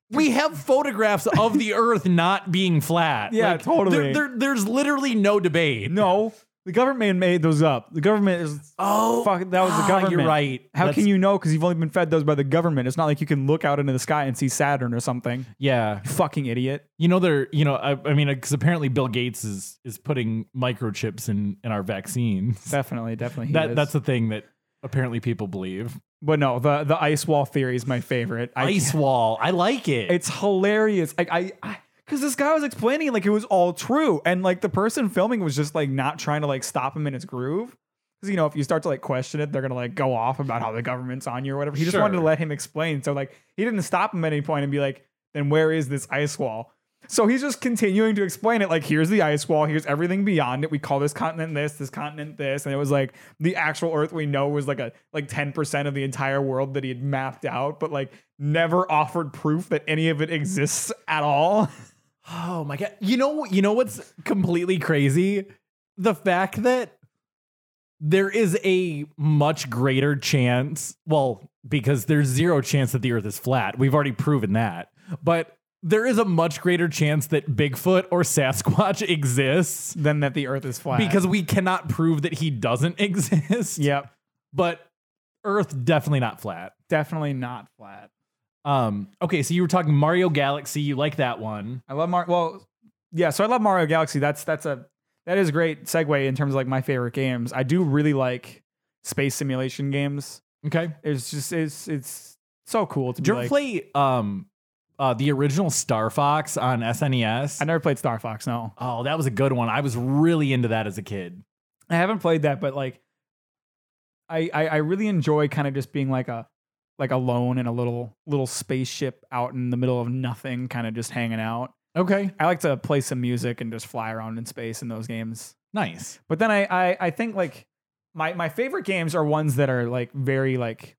Speaker 1: we have photographs of the earth not being flat.
Speaker 2: Yeah,
Speaker 1: Like,
Speaker 2: totally.
Speaker 1: there- there- there's literally no debate.
Speaker 2: No, the government made those up. The government is
Speaker 1: Oh,
Speaker 2: fuck. That was the
Speaker 1: ah,
Speaker 2: government.
Speaker 1: You're right.
Speaker 2: How
Speaker 1: That's-
Speaker 2: can you know? Because you've only been fed those by the government. It's not like you can look out into the sky and see Saturn or something.
Speaker 1: Yeah,
Speaker 2: You fucking idiot.
Speaker 1: you know they're you know I, I mean because apparently Bill Gates is is putting microchips in in our vaccines.
Speaker 2: Definitely, definitely. he
Speaker 1: that
Speaker 2: is.
Speaker 1: that's a thing that apparently people believe.
Speaker 2: But no, the the ice wall theory is my favorite. I,
Speaker 1: Ice wall. I like it.
Speaker 2: It's hilarious. Like I. I because this guy was explaining like it was all true, and like the person filming was just like not trying to like stop him in his groove. Because you know if you start to like question it, they're gonna like go off about how the government's on you or whatever. He just wanted to
Speaker 1: Sure.
Speaker 2: let him explain. So like he didn't stop him at any point and be like, "Then where is this ice wall?" So he's just continuing to explain it. Like here's the ice wall. Here's everything beyond it. We call this continent this, this continent this, and it was like the actual Earth we know was like a like ten percent of the entire world that he had mapped out, but like never offered proof that any of it exists at all.
Speaker 1: oh my god. You know you know what's completely crazy? The fact that there is a much greater chance, well, because there's zero chance that the earth is flat. We've already proven that. But there is a much greater chance that Bigfoot or Sasquatch exists
Speaker 2: Then that the Earth is flat.
Speaker 1: because we cannot prove that he doesn't exist.
Speaker 2: yep,
Speaker 1: But earth definitely not flat.
Speaker 2: definitely not flat.
Speaker 1: Um, okay, so you were talking Mario Galaxy. You like that one?
Speaker 2: I love Mario. Well, yeah. So I love Mario Galaxy. That's that's a that is a great segue in terms of like my favorite games. I do really like space simulation games.
Speaker 1: Okay.
Speaker 2: It's just it's it's so cool to
Speaker 1: Did
Speaker 2: be
Speaker 1: you ever
Speaker 2: like.
Speaker 1: play um, uh, the original Star Fox on SNES?
Speaker 2: I never played Star Fox. No,
Speaker 1: oh, that was a good one. I was really into that as a kid.
Speaker 2: I haven't played that, but like, I I, I really enjoy kind of just being like a like alone in a little little spaceship out in the middle of nothing, kind of just hanging out.
Speaker 1: Okay.
Speaker 2: I like to play some music and just fly around in space in those games.
Speaker 1: Nice.
Speaker 2: But then I I, I think like my my favorite games are ones that are like very like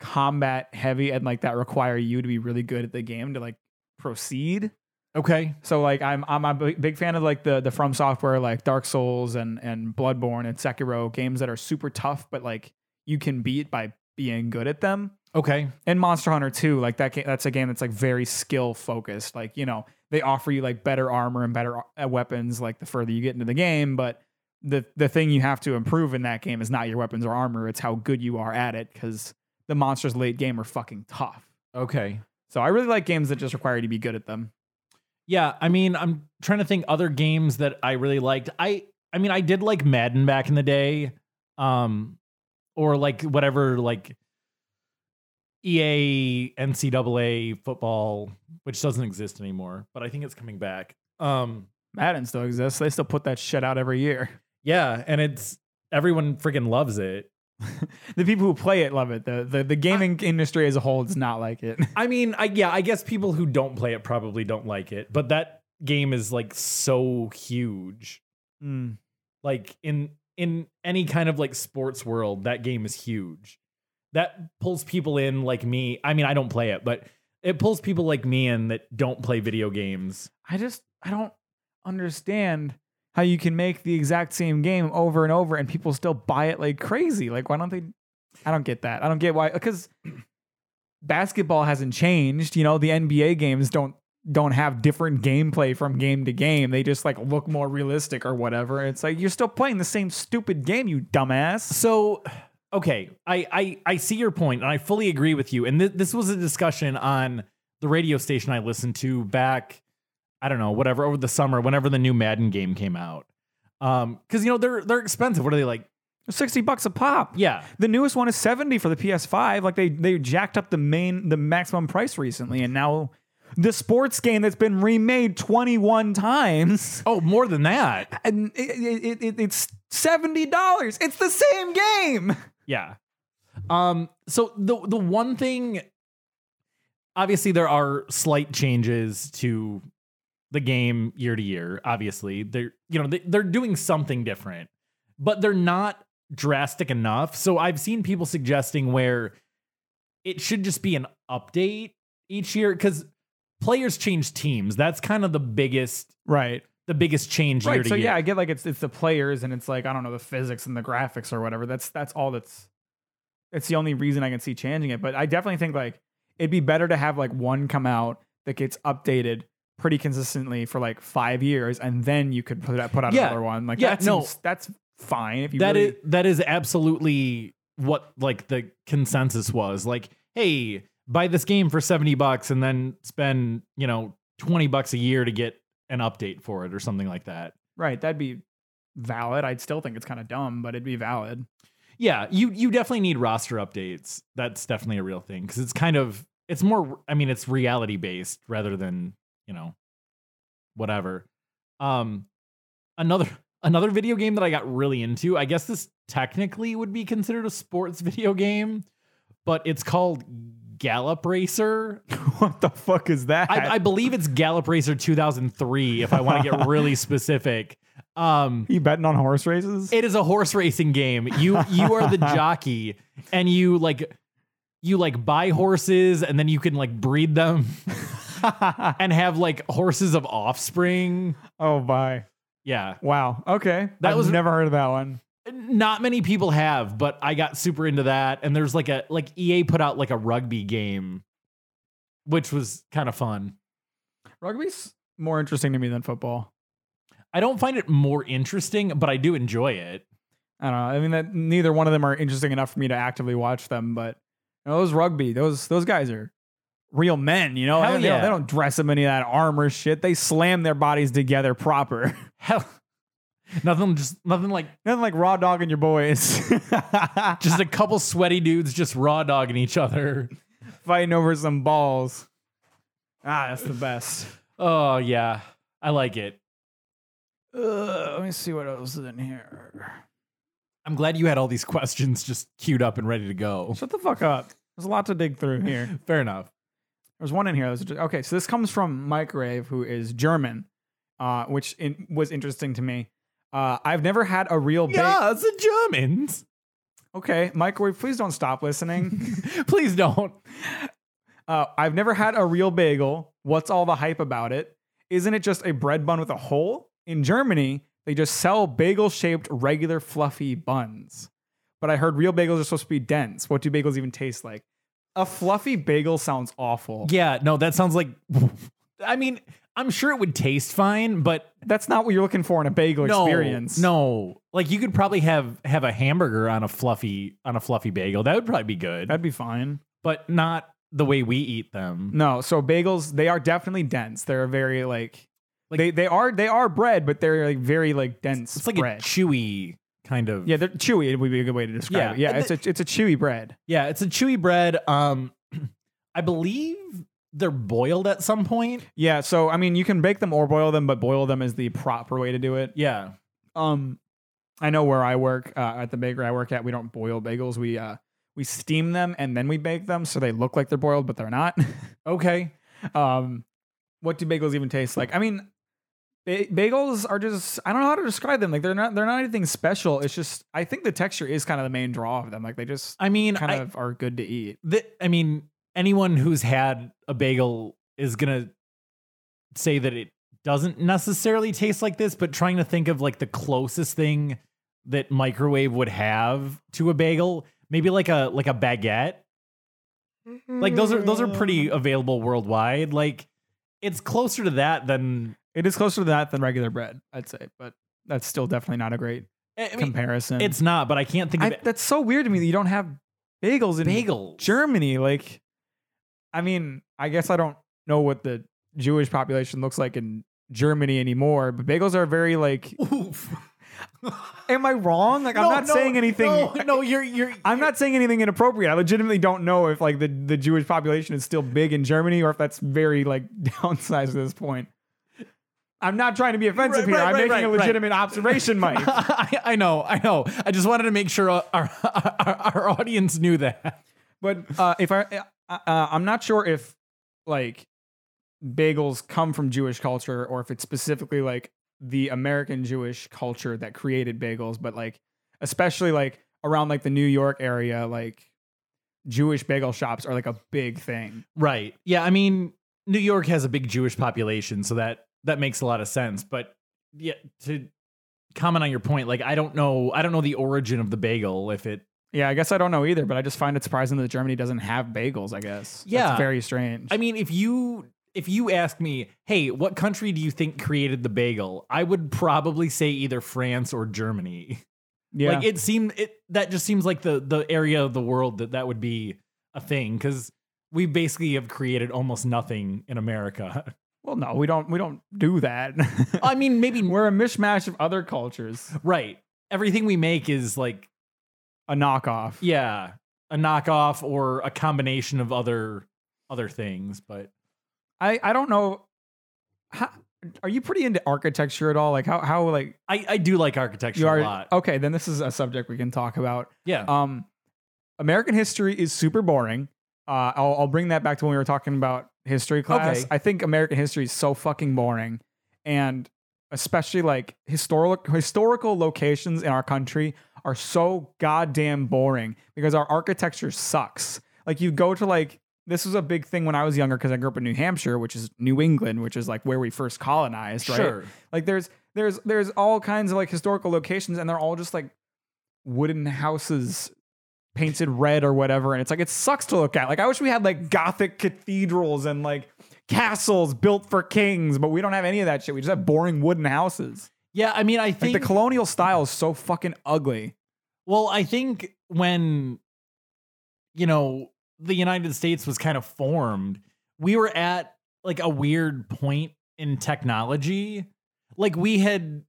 Speaker 2: combat heavy and like that require you to be really good at the game to like proceed.
Speaker 1: Okay.
Speaker 2: So like I'm I'm a b- big fan of like the the From Software like Dark Souls and and Bloodborne and Sekiro games that are super tough but like you can beat by being good at them.
Speaker 1: Okay.
Speaker 2: And Monster Hunter 2 like that game that's a game that's like very skill focused. Like you know they offer you like better armor and better uh, weapons like the further you get into the game, but the the thing you have to improve in that game is not your weapons or armor, it's how good you are at it cuz the monsters late game are fucking tough.
Speaker 1: Okay.
Speaker 2: So I really like games that just require you to be good at them.
Speaker 1: Yeah, I mean, I'm trying to think other games that I really liked. I I mean, I did like Madden back in the day. Um or like whatever like E EA NCAA football, which doesn't exist anymore, but I think it's coming back. Um
Speaker 2: Madden still exists. They still put that shit out every year.
Speaker 1: yeah, and it's everyone freaking loves it.
Speaker 2: the people who play it love it. The the, the gaming industry as a whole does not like it.
Speaker 1: I mean, I yeah, I guess people who don't play it probably don't like it, but that game is like so huge. Like in in any kind of like sports world, that game is huge. That pulls people in like me. I mean, I don't play it, but it pulls people like me in that don't play video games.
Speaker 2: I just I don't understand how you can make the exact same game over and over and people still buy it like crazy. Like why don't they? I don't get that. I don't get why because basketball hasn't changed. You know the NBA games don't don't have different gameplay from game to game. They just like look more realistic or whatever. It's like you're still playing the same stupid game, you dumbass.
Speaker 1: So, okay, I I, I see your point, and I fully agree with you. And th- this was a discussion on the radio station I listened to back, I don't know, whatever over the summer, whenever the new Madden game came out. Um, because you know they're they're expensive. What are they like?
Speaker 2: 60 bucks a pop.
Speaker 1: Yeah,
Speaker 2: The newest one is 70 for the PS5. Like they they jacked up the main the maximum price recently and now the sports game that's been remade 21 times
Speaker 1: oh, more than that.
Speaker 2: and it, it, it, it's $70. It's the same game.
Speaker 1: Yeah. Um. So the the one thing, obviously, there are slight changes to the game year to year. Obviously, they're you know they, they're doing something different, but they're not drastic enough. So I've seen people suggesting where it should just be an update each year because players change teams. That's kind of the biggest
Speaker 2: Right.
Speaker 1: the biggest change year
Speaker 2: Right.
Speaker 1: to
Speaker 2: So
Speaker 1: year.
Speaker 2: yeah, I get like it's it's the players and it's like I don't know the physics and the graphics or whatever. That's that's all that's it's the only reason I can see changing it. But I definitely think like it'd be better to have like one come out that gets updated pretty consistently for like five years, and then you could put out, put out
Speaker 1: Yeah.
Speaker 2: another one. Like
Speaker 1: Yeah,
Speaker 2: that
Speaker 1: no.
Speaker 2: seems, that's fine if you
Speaker 1: That
Speaker 2: really,
Speaker 1: is that is absolutely what like the consensus was like hey buy this game for 70 bucks and then spend you know 20 bucks a year to get an update for it or something like that
Speaker 2: right. That'd be valid. I'd still think it's kind of dumb, but it'd be valid.
Speaker 1: yeah you you definitely need roster updates that's definitely a real thing because it's kind of it's more i mean it's reality based rather than you know whatever um another another video game that i got really into i guess this technically would be considered a sports video game but it's called gallop racer
Speaker 2: what the fuck is that?
Speaker 1: i, I believe it's gallop racer 2003 if i want to get really specific um
Speaker 2: you betting on horse races?
Speaker 1: it is a horse racing game. You you are the jockey and you like you like buy horses and then you can like breed them and have like horses of offspring.
Speaker 2: oh my!
Speaker 1: Yeah.
Speaker 2: Wow. Okay.
Speaker 1: That
Speaker 2: I've
Speaker 1: was-
Speaker 2: never heard of that one.
Speaker 1: Not many people have, but I got super into that and there's like a like EA put out like a rugby game which was kind of fun.
Speaker 2: Rugby's more interesting to me than football.
Speaker 1: I don't find it more interesting, but I do enjoy it.
Speaker 2: I don't know. I mean, that neither one of them are interesting enough for me to actively watch them. But you know, those rugby, those those guys are real men. You know,
Speaker 1: Hell
Speaker 2: They don't-
Speaker 1: yeah.
Speaker 2: they don't dress them any of that armor shit. They slam their bodies together proper.
Speaker 1: Hell. Nothing just nothing like
Speaker 2: Nothing like raw dogging your boys,
Speaker 1: just a couple sweaty dudes just raw dogging each other.
Speaker 2: fighting over some balls. Ah, that's the best.
Speaker 1: Oh yeah, I like it.
Speaker 2: Uh, let me see what else is in here.
Speaker 1: I'm glad you had all these questions just queued up and ready to go.
Speaker 2: Shut the fuck up. There's a lot to dig through here. There
Speaker 1: Fair enough.
Speaker 2: was one in here. that was just- okay, so this comes from Microwave, who is German, uh, which in, was interesting to me. Uh, I've never had a real bake.
Speaker 1: Yeah, it's the Germans.
Speaker 2: Okay, Microwave, please don't stop listening.
Speaker 1: Please don't.
Speaker 2: Uh, I've never had a real bagel. What's all the hype about it? Isn't it just a bread bun with a hole? In Germany, they just sell bagel shaped, regular, fluffy buns. But I heard real bagels are supposed to be dense. What do bagels even taste like? A fluffy bagel sounds awful.
Speaker 1: Yeah, no, that sounds like. I mean, I'm sure it would taste fine, but
Speaker 2: That's not what you're looking for in a bagel
Speaker 1: no,
Speaker 2: experience.
Speaker 1: No, like you could probably have have a hamburger on a fluffy on a fluffy bagel. That would probably be good,
Speaker 2: That'd be fine.
Speaker 1: but not the way we eat them.
Speaker 2: No, so bagels, they are definitely dense. They're very like,
Speaker 1: Like-
Speaker 2: they they are they are bread, but they're like very like dense
Speaker 1: It's like a
Speaker 2: bread.
Speaker 1: chewy kind of.
Speaker 2: yeah, they're chewy. It would be a good way to describe
Speaker 1: Yeah,
Speaker 2: it. Yeah,
Speaker 1: and
Speaker 2: it's a it's a chewy bread.
Speaker 1: yeah, it's a chewy bread. Um, I believe they're boiled at some point.
Speaker 2: Yeah, so I mean, you can bake them or boil them, but boil them is the proper way to do it.
Speaker 1: Yeah,
Speaker 2: Um, I know where I work uh, at the bakery I work at, we don't boil bagels. We uh, we steam them and then we bake them, so they look like they're boiled, but they're not. okay. Um, what do bagels even taste like? I mean, ba- bagels are just I don't know how to describe them. Like they're not they're not anything special. It's just I think the texture is kind of the main draw of them. Like they just
Speaker 1: I mean,
Speaker 2: kind
Speaker 1: I,
Speaker 2: of are good to eat.
Speaker 1: th- I mean, anyone who's had a bagel is gonna say that it doesn't necessarily taste like this, but trying to think of like the closest thing that microwave would have to a bagel, maybe like a like a baguette. Like those are those are pretty
Speaker 2: Mm.
Speaker 1: available worldwide. Like it's closer to that than
Speaker 2: It is closer to that than regular bread, I'd say, but that's still definitely not a great
Speaker 1: I mean,
Speaker 2: comparison.
Speaker 1: it's not, but I can't think of
Speaker 2: I, that's so weird to me that you don't have bagels in
Speaker 1: bagel.
Speaker 2: Germany. Like, I mean, I guess I don't know what the Jewish population looks like in Germany anymore, but bagels are very like.
Speaker 1: Oof.
Speaker 2: Am I wrong? Like, I'm
Speaker 1: No,
Speaker 2: not
Speaker 1: no,
Speaker 2: saying anything.
Speaker 1: No, no, you're you're
Speaker 2: I'm not saying anything inappropriate. I legitimately don't know if like the, the Jewish population is still big in Germany or if that's very like downsized at this point. I'm not trying to be offensive
Speaker 1: Right,
Speaker 2: here.
Speaker 1: right,
Speaker 2: I'm
Speaker 1: right,
Speaker 2: making
Speaker 1: right,
Speaker 2: a
Speaker 1: right.
Speaker 2: legitimate observation, Mike.
Speaker 1: I, I know, I know. I just wanted to make sure our our, our, our audience knew that.
Speaker 2: But uh, if I, uh, uh, I'm not sure if like bagels come from Jewish culture or if it's specifically like the American Jewish culture that created bagels, but like especially like around like the New York area, like Jewish bagel shops are like a big thing.
Speaker 1: Right. Yeah. I mean, New York has a big Jewish population, so that that makes a lot of sense. But yeah, to comment on your point, like I don't know, I don't know the origin of the bagel. If it,
Speaker 2: Yeah, I guess I don't know either, but I just find it surprising that Germany doesn't have bagels. I guess
Speaker 1: Yeah.
Speaker 2: That's very strange.
Speaker 1: I mean, if you if you ask me, hey, what country do you think created the bagel? I would probably say either France or Germany.
Speaker 2: yeah,
Speaker 1: Like it seemed it that just seems like the the area of the world that that would be a thing cuz we basically have created almost nothing in America.
Speaker 2: well, no, we don't. We don't do that.
Speaker 1: I mean, maybe
Speaker 2: We're a mishmash of other cultures,
Speaker 1: right. Everything we make is like
Speaker 2: a knockoff.
Speaker 1: yeah, a knockoff or a combination of other other things, but
Speaker 2: I I don't know. How, are you pretty into architecture at all? Like how how like
Speaker 1: I I do like architecture
Speaker 2: you are?
Speaker 1: a lot.
Speaker 2: Okay, then this is a subject we can talk about.
Speaker 1: yeah.
Speaker 2: Um, American history is super boring. Uh, I'll I'll bring that back to when we were talking about history class.
Speaker 1: Okay.
Speaker 2: I think American history is so fucking boring, and especially like historic historical locations in our country are so goddamn boring because our architecture sucks. Like you go to like this was a big thing when I was younger because I grew up in New Hampshire, which is New England, which is like where we first colonized, right?
Speaker 1: sure.
Speaker 2: Like there's there's there's all kinds of like historical locations and they're all just like wooden houses painted red or whatever and it's like it sucks to look at. Like I wish we had like gothic cathedrals and like castles built for kings, but we don't have any of that shit. We just have boring wooden houses.
Speaker 1: Yeah, I mean, I
Speaker 2: Like
Speaker 1: think
Speaker 2: the colonial style is so fucking ugly.
Speaker 1: Well, I think when you know the United States was kind of formed, we were at like a weird point in technology. Like we had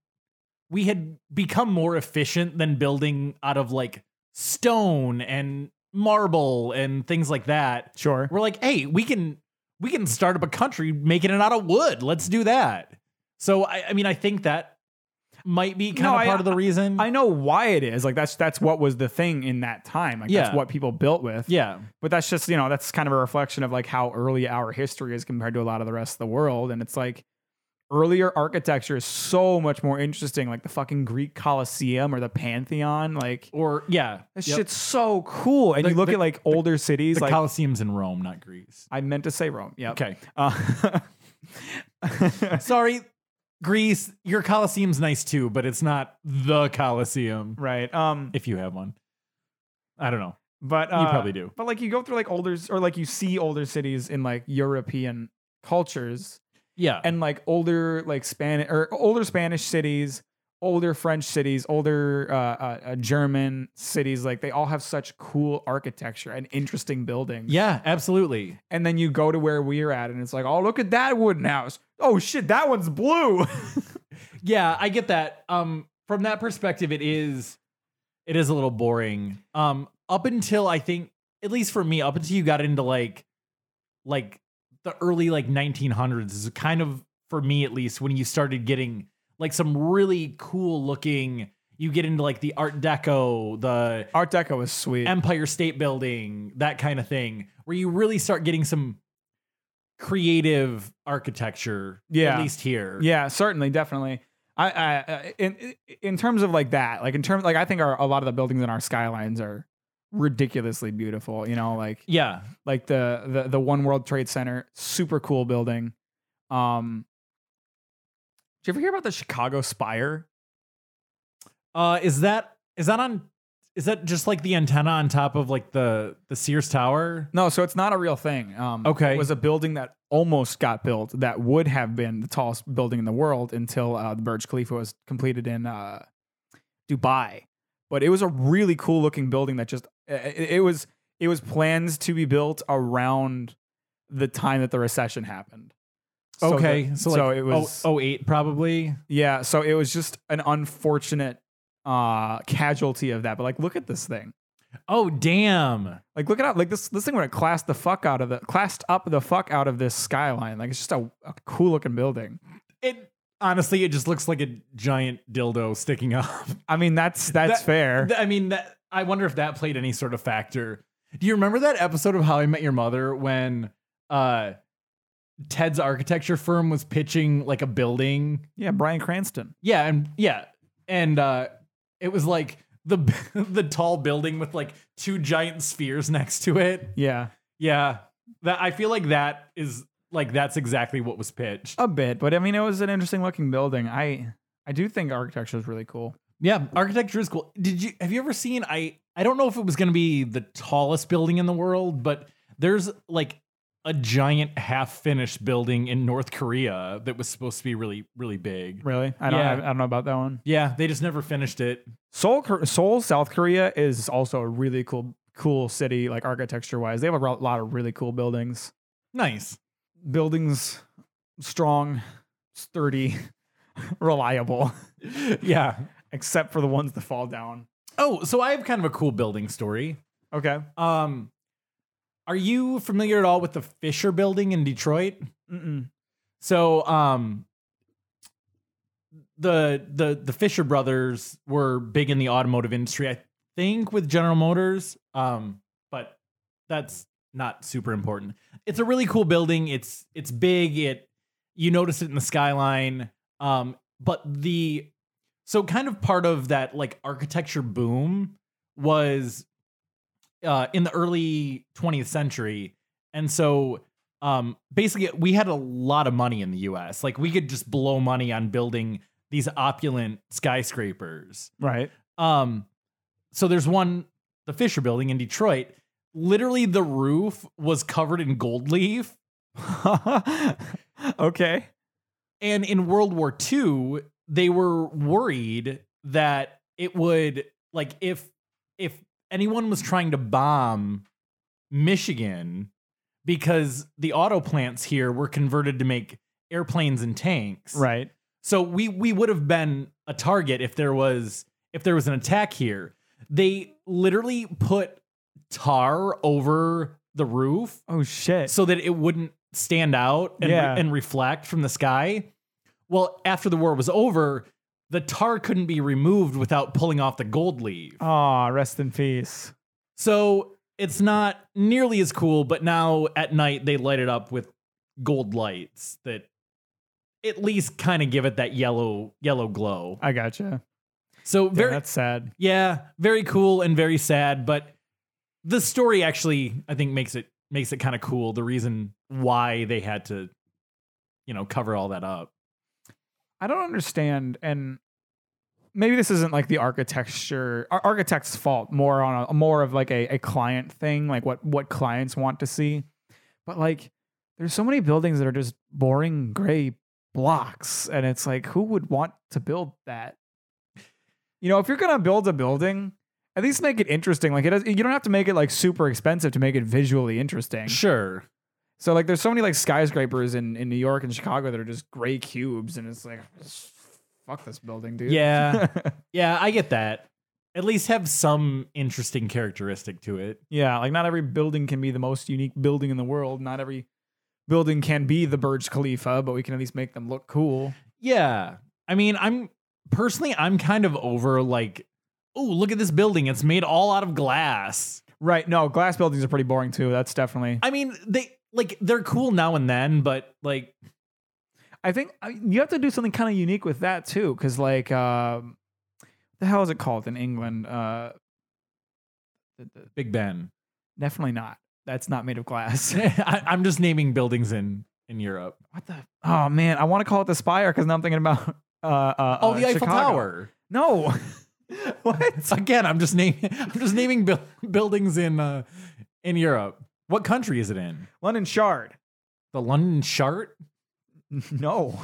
Speaker 1: we had become more efficient than building out of like stone and marble and things like that.
Speaker 2: Sure.
Speaker 1: We're like, "Hey, we can we can start up a country making it out of wood. Let's do that." So I I mean, I think that might be kind
Speaker 2: No,
Speaker 1: of
Speaker 2: I-
Speaker 1: part of the reason.
Speaker 2: I know why it is. Like that's that's what was the thing in that time. Like
Speaker 1: Yeah.
Speaker 2: that's what people built with.
Speaker 1: yeah.
Speaker 2: But that's just, you know, that's kind of a reflection of like how early our history is compared to a lot of the rest of the world. And it's like earlier architecture is so much more interesting, like the fucking Greek Colosseum or the Pantheon. Like
Speaker 1: Or yeah.
Speaker 2: that
Speaker 1: yep.
Speaker 2: shit's so cool. And
Speaker 1: The-
Speaker 2: you look
Speaker 1: the-
Speaker 2: at like older cities,
Speaker 1: the
Speaker 2: like
Speaker 1: Colosseum's in Rome, not Greece.
Speaker 2: I meant to say Rome. Yeah.
Speaker 1: Okay.
Speaker 2: Uh,
Speaker 1: Sorry, Greece. Your Colosseum's nice too, but it's not the Colosseum
Speaker 2: right. Um
Speaker 1: if you have one. I don't know.
Speaker 2: but
Speaker 1: You
Speaker 2: uh,
Speaker 1: probably do.
Speaker 2: But like you go through like older or like you see older cities in like European cultures
Speaker 1: Yeah.
Speaker 2: and like older like Spanish or older Spanish cities, older French cities, older uh, uh, uh, German cities. Like they all have such cool architecture and interesting buildings.
Speaker 1: yeah, absolutely.
Speaker 2: And then you go to where we're at, and it's like, oh, look at that wooden house. Oh shit, that one's blue.
Speaker 1: Yeah, I get that. Um, from that perspective, it is it is a little boring. Um, up until I think, at least for me, up until you got into like like the early like 1900s is kind of for me at least when you started getting like some really cool looking. You get into like the Art Deco, the
Speaker 2: Art Deco was sweet.
Speaker 1: Empire State Building, that kind of thing, where you really start getting some creative architecture.
Speaker 2: Yeah.
Speaker 1: at least here.
Speaker 2: yeah, certainly, definitely. I, I I- in in terms of like that, like in terms like I think our, a lot of the buildings in our skylines are ridiculously beautiful. You know, like
Speaker 1: yeah,
Speaker 2: like the the the One World Trade Center, super cool building. Um, did you ever hear about the Chicago Spire?
Speaker 1: Uh, is that is that on? Is that just like the antenna on top of like the the Sears Tower?
Speaker 2: No, so it's not a real thing. Um,
Speaker 1: Okay.
Speaker 2: it was a building that almost got built that would have been the tallest building in the world until uh, the Burj Khalifa was completed in uh, Dubai. But it was a really cool looking building that just it, it was it was plans to be built around the time that the recession happened. So the- so, it was
Speaker 1: oh, 08 probably.
Speaker 2: Yeah, so it was just an unfortunate uh casualty of that. But like look at this thing.
Speaker 1: Oh damn!
Speaker 2: Like look at how like this this thing would have classed the fuck out of the classed up the fuck out of this skyline. Like it's just a, a cool looking building.
Speaker 1: It honestly, it just looks like a giant dildo sticking up.
Speaker 2: I mean that's that's
Speaker 1: That-
Speaker 2: fair.
Speaker 1: I mean, that I wonder if that played any sort of factor. Do you remember that episode of How I Met Your Mother when uh, Ted's architecture firm was pitching like a building?
Speaker 2: yeah, Brian Cranston.
Speaker 1: Yeah, and yeah, and uh, it was like the the tall building with like two giant spheres next to it.
Speaker 2: Yeah.
Speaker 1: Yeah, that I feel like that is like that's exactly what was pitched.
Speaker 2: A bit, but I mean it was an interesting looking building. I I do think architecture is really cool.
Speaker 1: Yeah, architecture is cool. Did you have you ever seen? I I don't know if it was going to be the tallest building in the world, but there's like a giant half finished building in North Korea that was supposed to be really really big.
Speaker 2: Really? I don't
Speaker 1: Yeah.
Speaker 2: I, I don't know about that one.
Speaker 1: Yeah, they just never finished it.
Speaker 2: Seoul, Kor- Seoul, South Korea is also a really cool, cool city, like architecture wise. They have a ro- lot of really cool buildings.
Speaker 1: Nice.
Speaker 2: Buildings strong, sturdy, reliable,
Speaker 1: Yeah.
Speaker 2: except for the ones that fall down.
Speaker 1: Oh, so I have kind of a cool building story.
Speaker 2: Okay.
Speaker 1: Um, are you familiar at all with the Fisher Building in Detroit?
Speaker 2: Mm-mm.
Speaker 1: So, um, the the the Fisher brothers were big in the automotive industry, I think, with General Motors. Um, but that's not super important. It's a really cool building. It's it's big. It you notice it in the skyline. Um, but the so kind of part of that like architecture boom was uh, in the early 20th century, and so um, basically we had a lot of money in the U.S. Like we could just blow money on building these opulent skyscrapers.
Speaker 2: Right.
Speaker 1: Um, so there's one, the Fisher Building in Detroit. Literally, the roof was covered in gold leaf.
Speaker 2: okay.
Speaker 1: And in World War II, they were worried that it would like if if anyone was trying to bomb Michigan because the auto plants here were converted to make airplanes and tanks.
Speaker 2: Right.
Speaker 1: So we we would have been a target if there was if there was an attack here. They literally put tar over the roof
Speaker 2: Oh shit.
Speaker 1: so that it wouldn't stand out and,
Speaker 2: Yeah.
Speaker 1: and reflect from the sky. Well, after the war was over, the tar couldn't be removed without pulling off the gold leaf.
Speaker 2: Aw, rest in peace.
Speaker 1: So it's not nearly as cool, but now at night they light it up with gold lights that at least kind of give it that yellow yellow glow.
Speaker 2: I gotcha.
Speaker 1: So
Speaker 2: Yeah,
Speaker 1: very
Speaker 2: that's sad.
Speaker 1: yeah, very cool and very sad, but the story actually I think makes it makes it kind of cool the reason why they had to you know cover all that up.
Speaker 2: I don't understand, and maybe this isn't like the architecture ar- architect's fault. More on a more of like a, a client thing, like what what clients want to see. But like, there's so many buildings that are just boring gray blocks, and it's like, who would want to build that? You know, if you're gonna build a building, at least make it interesting. Like it, does, you don't have to make it like super expensive to make it visually interesting.
Speaker 1: Sure.
Speaker 2: So like, there's so many like skyscrapers in in New York and Chicago that are just gray cubes, and it's like, fuck this building, dude.
Speaker 1: Yeah. yeah, I get that. At least have some interesting characteristic to it.
Speaker 2: yeah. Like, not every building can be the most unique building in the world. Not every building can be the Burj Khalifa, but we can at least make them look cool.
Speaker 1: Yeah. I mean, I'm personally, I'm kind of over like, oh, look at this building. It's made all out of glass.
Speaker 2: Right? No, glass buildings are pretty boring too. That's definitely.
Speaker 1: I mean, they like they're cool now and then, but like,
Speaker 2: I think I- you have to do something kind of unique with that too, because like, um, the hell is it called in England? Uh, the- the-
Speaker 1: Big Ben.
Speaker 2: definitely not. That's not made of glass.
Speaker 1: I, I'm just naming buildings in in Europe.
Speaker 2: what the oh man i want to call it the spire because now i'm thinking about uh, uh
Speaker 1: Oh,
Speaker 2: uh,
Speaker 1: the Eiffel
Speaker 2: Chicago.
Speaker 1: Tower.
Speaker 2: no what
Speaker 1: Again, I'm just naming I'm just naming buil- buildings in uh, in Europe. What country is it in?
Speaker 2: london shard
Speaker 1: The London Chart.
Speaker 2: no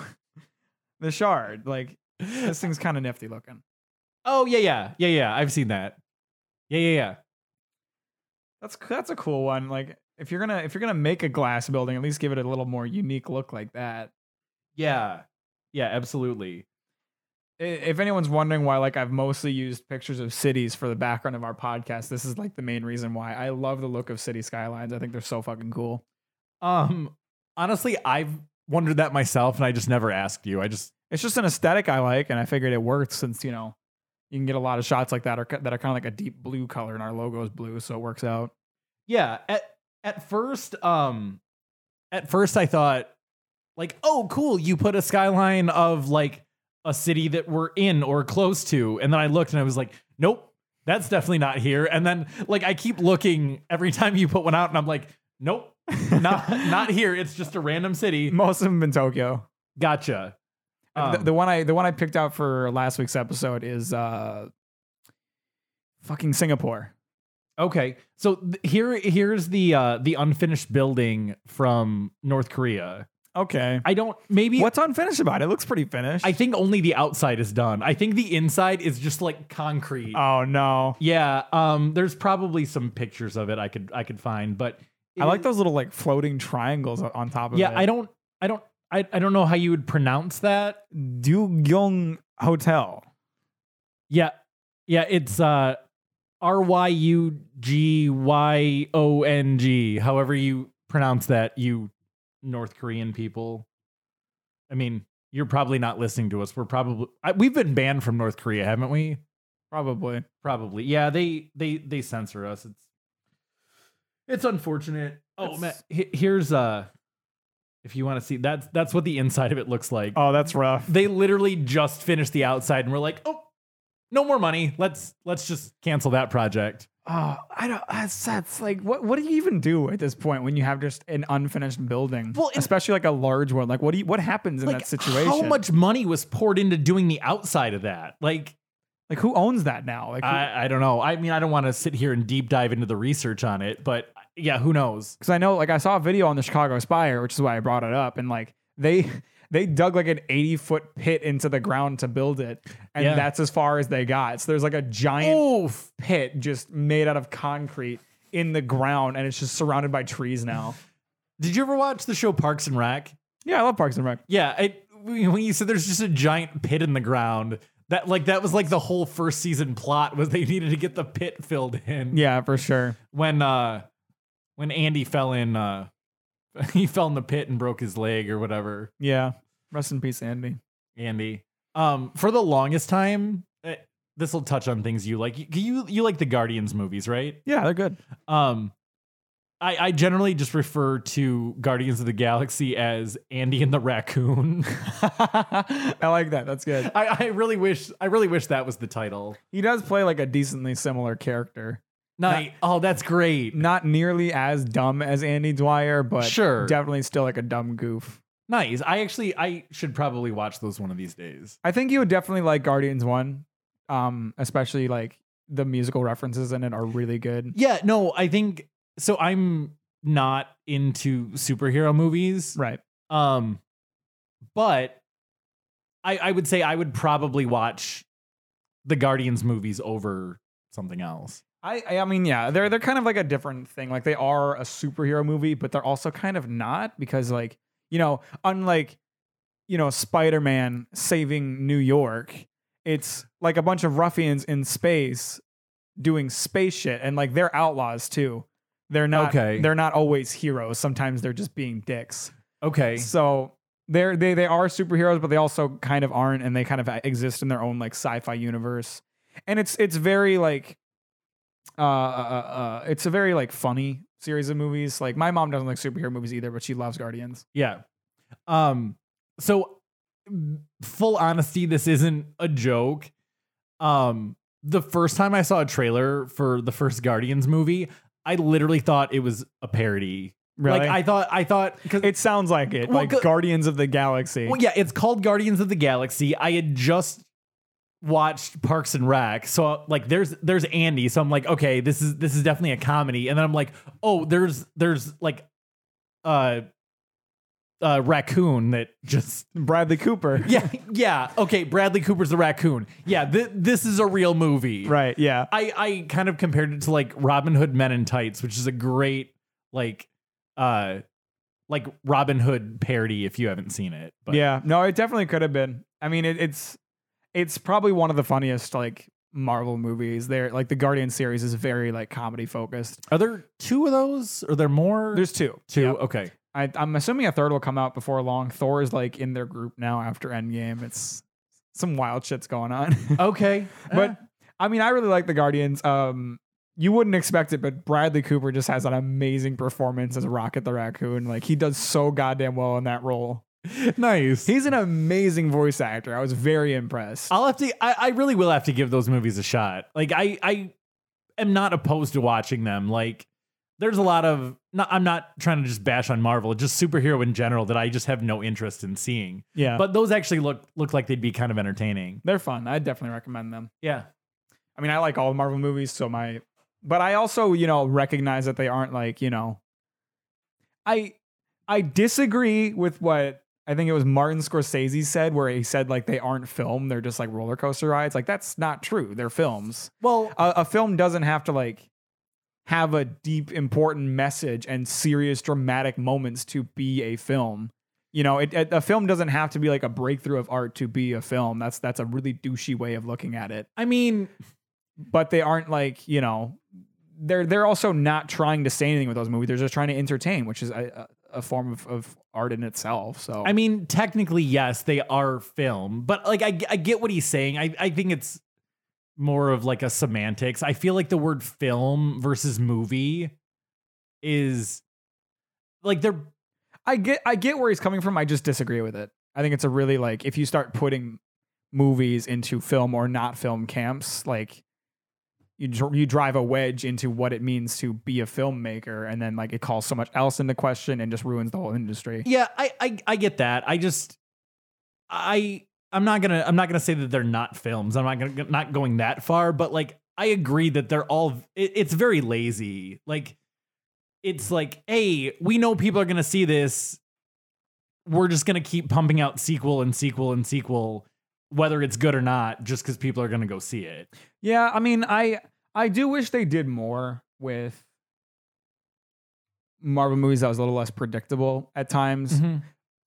Speaker 2: the shard like this thing's kind of nifty looking
Speaker 1: Oh yeah, yeah, yeah, yeah. I've seen that. Yeah, yeah, yeah.
Speaker 2: that's that's a cool one like if you're gonna if you're gonna make a glass building at least give it a little more unique look like that
Speaker 1: Yeah. Yeah, absolutely.
Speaker 2: I- if anyone's wondering why like i've mostly used pictures of cities for the background of our podcast this is like the main reason why i love the look of city skylines i think they're so fucking cool
Speaker 1: Um honestly, I've wondered that myself and I just never asked you. I just
Speaker 2: it's just an aesthetic I like, and I figured it worked since you know you can get a lot of shots like that are that are kind of like a deep blue color, and our logo is blue, so it works out.
Speaker 1: yeah, at at first um at first I thought like, "Oh, cool, you put a skyline of like a city that we're in or close to." And then I looked and I was like, "Nope, that's definitely not here." And then like I keep looking every time you put one out and I'm like, "Nope, not not here. It's just a random city."
Speaker 2: Most of them in Tokyo.
Speaker 1: Gotcha.
Speaker 2: the,
Speaker 1: Um,
Speaker 2: the one I the one I picked out for last week's episode is uh fucking Singapore.
Speaker 1: Okay, so th- here here's the uh, the unfinished building from North Korea.
Speaker 2: Okay,
Speaker 1: I don't maybe
Speaker 2: what's unfinished about it? It looks pretty finished.
Speaker 1: I think only the outside is done. I think the inside is just like concrete.
Speaker 2: oh no,
Speaker 1: yeah, um, there's probably some pictures of it I could I could find, but
Speaker 2: I like those little like floating triangles on- on top of
Speaker 1: Yeah,
Speaker 2: it.
Speaker 1: I don't I don't I, I don't know how you would pronounce that.
Speaker 2: Dugyong Hotel.
Speaker 1: Yeah, yeah, it's uh, R Y U G Y O N G. However you pronounce that, you North Korean people. I mean, you're probably not listening to us. We're probably I, we've been banned from North Korea, haven't we?
Speaker 2: Probably.
Speaker 1: Probably. Yeah, they they they censor us. It's it's unfortunate. Oh
Speaker 2: It's-
Speaker 1: man, he- here's uh, if you want to see that's that's what the inside of it looks like
Speaker 2: Oh, that's rough.
Speaker 1: they literally just finished the outside and we're like, oh, no more money. Let's let's just cancel that project.
Speaker 2: Oh, I don't. That's, that's like what? What do you even do at this point when you have just an unfinished building,
Speaker 1: Well, and-
Speaker 2: especially like a large one? Like, what do you? What happens in
Speaker 1: like,
Speaker 2: that situation?
Speaker 1: How much money was poured into doing the outside of that? Like,
Speaker 2: Like, who owns that now? Like,
Speaker 1: I, I don't know. I mean, I don't want to sit here and deep dive into the research on it, but yeah, who knows?
Speaker 2: because I know, like, I saw a video on the Chicago Spire, which is why I brought it up, and like they they dug like an eighty foot pit into the ground to build it, and
Speaker 1: Yeah.
Speaker 2: that's as far as they got. So there's like a giant
Speaker 1: Oof.
Speaker 2: pit just made out of concrete in the ground, and it's just surrounded by trees now.
Speaker 1: Did you ever watch the show Parks and Rec?
Speaker 2: yeah, I love Parks and Rec.
Speaker 1: Yeah, it, when you said there's just a giant pit in the ground, that like that was like the whole first season plot was they needed to get the pit filled in.
Speaker 2: Yeah, for sure.
Speaker 1: when uh when Andy fell in uh he fell in the pit and broke his leg or whatever.
Speaker 2: Yeah, rest in peace, Andy.
Speaker 1: Andy. Um, for the longest time, eh, this will touch on things you like. You, you you like the Guardians movies, right?
Speaker 2: Yeah, they're good.
Speaker 1: Um, I, I generally just refer to Guardians of the Galaxy as Andy and the Raccoon.
Speaker 2: I like that. That's good.
Speaker 1: I, I really wish I really wish that was the title.
Speaker 2: He does play like a decently similar character.
Speaker 1: Night. oh, that's great.
Speaker 2: Not nearly as dumb as Andy Dwyer, but
Speaker 1: Sure.
Speaker 2: definitely still like a dumb goof.
Speaker 1: Nice. I actually I should probably watch those one of these days.
Speaker 2: I think you would definitely like Guardians 1, um, especially like the musical references in it are really good.
Speaker 1: Yeah, no, I think so I'm not into superhero movies.
Speaker 2: Right.
Speaker 1: Um, but I, I would say I would probably watch the Guardians movies over something else.
Speaker 2: I, I- I mean, yeah, they're they're kind of like a different thing. Like they are a superhero movie, but they're also kind of not because like, you know, unlike, you know, Spider-Man saving New York, it's like a bunch of ruffians in space doing space shit and like they're outlaws too. They're not
Speaker 1: Okay.
Speaker 2: they're not always heroes. Sometimes they're just being dicks.
Speaker 1: Okay.
Speaker 2: So they're they they are superheroes, but they also kind of aren't, and they kind of uh, exist in their own like sci-fi universe. And it's it's very like, uh, uh, uh, uh, it's a very like funny series of movies. Like my mom doesn't like superhero movies either, but she loves Guardians.
Speaker 1: Yeah. Um so full honesty this isn't a joke. Um the first time I saw a trailer for the first Guardians movie, I literally thought it was a parody. Like I thought I thought cuz
Speaker 2: it sounds like it,
Speaker 1: Well,
Speaker 2: like
Speaker 1: go-
Speaker 2: Guardians of the Galaxy.
Speaker 1: well, yeah, it's called Guardians of the Galaxy. I had just watched Parks and Rec, so like there's there's Andy, so I'm like, okay, this is this is definitely a comedy, and then I'm like, oh, there's there's like, uh, a raccoon that just
Speaker 2: Bradley Cooper.
Speaker 1: yeah yeah okay, Bradley Cooper's the raccoon. Yeah, th- this is a real movie.
Speaker 2: Right. Yeah.
Speaker 1: I I kind of compared it to like Robin Hood Men in Tights, which is a great like, uh, like Robin Hood parody if you haven't seen it. But.
Speaker 2: Yeah, no, it definitely could have been. I mean, it, it's it's probably one of the funniest like Marvel movies. There, like the Guardian series is very like comedy focused.
Speaker 1: Are there two of those? Are there more?
Speaker 2: There's two,
Speaker 1: two.
Speaker 2: Yeah.
Speaker 1: Okay.
Speaker 2: I, I'm assuming a third will come out before long. Thor is like in their group now after Endgame. It's some wild shit's going on.
Speaker 1: Okay. Eh.
Speaker 2: but
Speaker 1: but
Speaker 2: I mean, I really like the Guardians. Um, you wouldn't expect it, but Bradley Cooper just has an amazing performance as Rocket the Raccoon. Like he does so goddamn well in that role.
Speaker 1: nice. Uh,
Speaker 2: He's an amazing voice actor. I was very impressed.
Speaker 1: I'll have to. I, I really will have to give those movies a shot. Like I, I am not opposed to watching them. Like there's a lot of. Not, I'm not trying to just bash on Marvel, just superhero in general that I just have no interest in seeing.
Speaker 2: yeah,
Speaker 1: But those actually look look like they'd be kind of entertaining.
Speaker 2: They're fun. I definitely recommend them.
Speaker 1: Yeah.
Speaker 2: I mean, I like all Marvel movies, so my but I also, you know, recognize that they aren't like, you know, I I disagree with what I think it was Martin Scorsese said where he said like they aren't film, they're just like roller coaster rides. Like that's not true. They're films.
Speaker 1: Well.
Speaker 2: A, a film doesn't have to like have a deep important message and serious dramatic moments to be a film. You know, it, it- a film doesn't have to be like a breakthrough of art to be a film. That's that's a really douchey way of looking at it
Speaker 1: I mean,
Speaker 2: but they aren't like you know they're they're also not trying to say anything with those movies they're just trying to entertain which is a, a a form of, of art in itself so
Speaker 1: I mean, technically, yes, they are film, but like I, I get what he's saying. I, I think it's more of like a semantics. I feel like the word film versus movie is like they're
Speaker 2: i get i get where he's coming from i just disagree with it i think it's a really like if you start putting movies into film or not film camps like you dr- you drive a wedge into what it means to be a filmmaker and then like it calls so much else into question and just ruins the whole industry
Speaker 1: yeah. I, I I get that. I just I I'm not gonna I'm not gonna say that they're not films. I'm not gonna not going that far, but like I agree that they're all it, it's very lazy. Like it's like, hey, we know people are gonna see this. We're just gonna keep pumping out sequel and sequel and sequel, whether it's good or not, just because people are gonna go see it.
Speaker 2: Yeah, I mean, I I do wish they did more with Marvel movies that was a little less predictable at times.
Speaker 1: Mm-hmm.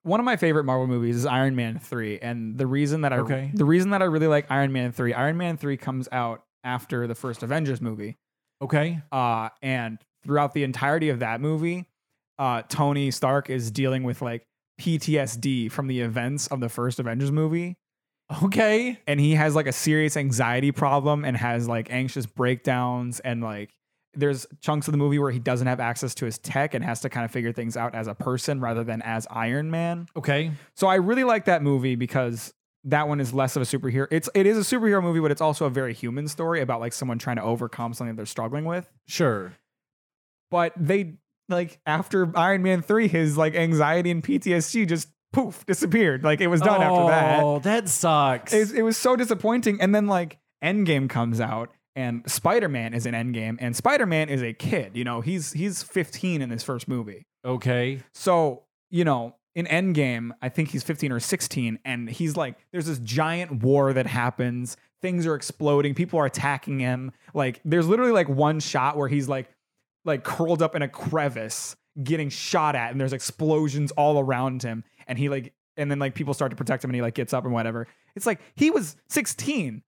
Speaker 2: One of my favorite Marvel movies is Iron Man 3, and the reason that I
Speaker 1: Okay.
Speaker 2: the reason that I really like Iron Man 3, Iron Man 3 comes out after the first Avengers movie.
Speaker 1: Okay.
Speaker 2: Uh and throughout the entirety of that movie, uh Tony Stark is dealing with like PTSD from the events of the first Avengers movie
Speaker 1: Okay.
Speaker 2: and he has like a serious anxiety problem and has like anxious breakdowns and like there's chunks of the movie where he doesn't have access to his tech and has to kind of figure things out as a person rather than as Iron Man.
Speaker 1: Okay.
Speaker 2: So I really like that movie because that one is less of a superhero. It's it is a superhero movie, but it's also a very human story about like someone trying to overcome something they're struggling with.
Speaker 1: Sure.
Speaker 2: But they like after Iron Man 3 his like anxiety and PTSD just poof disappeared. Like it was done after that.
Speaker 1: Oh, that sucks.
Speaker 2: It, it was so disappointing. And then like Endgame comes out and Spider-Man is in Endgame and Spider-Man is a kid, you know, he's he's 15 in this first movie.
Speaker 1: okay.
Speaker 2: So, you know, in Endgame, I think he's 15 or 16 and he's like there's this giant war that happens. Things are exploding, people are attacking him. Like there's literally like one shot where he's like like curled up in a crevice getting shot at and there's explosions all around him and he like and then like people start to protect him and he like gets up and whatever it's like he was 16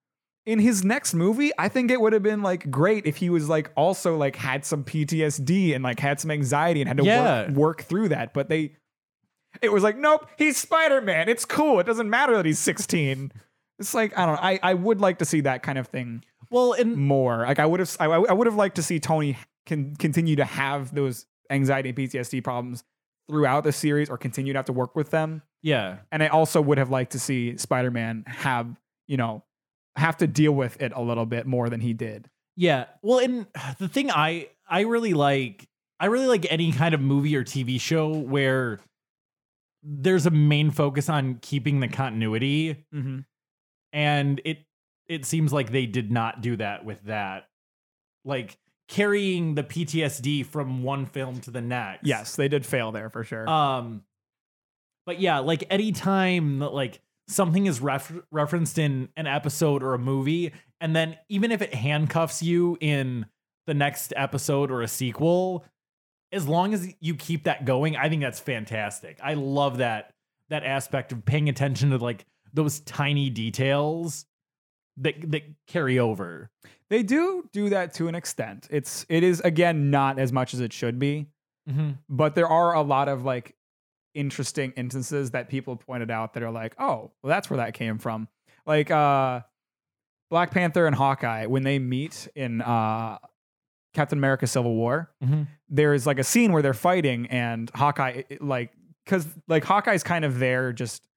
Speaker 2: in his next movie i think it would have been like great if he was like also like had some ptsd and like had some anxiety and had to
Speaker 1: Yeah.
Speaker 2: work, work through that but they it was like nope he's spider-man it's cool it doesn't matter that he's 16 it's like i don't know i, I would like to see that kind of thing
Speaker 1: Well, and
Speaker 2: more. Like I would have, I, I would have liked to see Tony can continue to have those anxiety and PTSD problems throughout the series, or continue to have to work with them.
Speaker 1: yeah,
Speaker 2: And I also would have liked to see Spider Man have, you know, have to deal with it a little bit more than he did.
Speaker 1: yeah. Well, and the thing I I really like I really like any kind of movie or TV show where there's a main focus on keeping the continuity
Speaker 2: Mm-hmm.
Speaker 1: and it it seems like they did not do that with that like carrying the PTSD from one film to the next
Speaker 2: Yes, they did fail there for sure.
Speaker 1: um but yeah like anytime that like something is ref- referenced in an episode or a movie and then even if it handcuffs you in the next episode or a sequel as long as you keep that going i think that's fantastic i love that that aspect of paying attention to like those tiny details that that carry over
Speaker 2: they do do that to an extent. It's it is again not as much as it should be. but there are a lot of like interesting instances that people pointed out that are like, oh, well, that's where that came from. Like uh Black Panther and Hawkeye, when they meet in uh Captain America Civil War, there is like a scene where they're fighting and Hawkeye it- like cuz like Hawkeye's kind of there just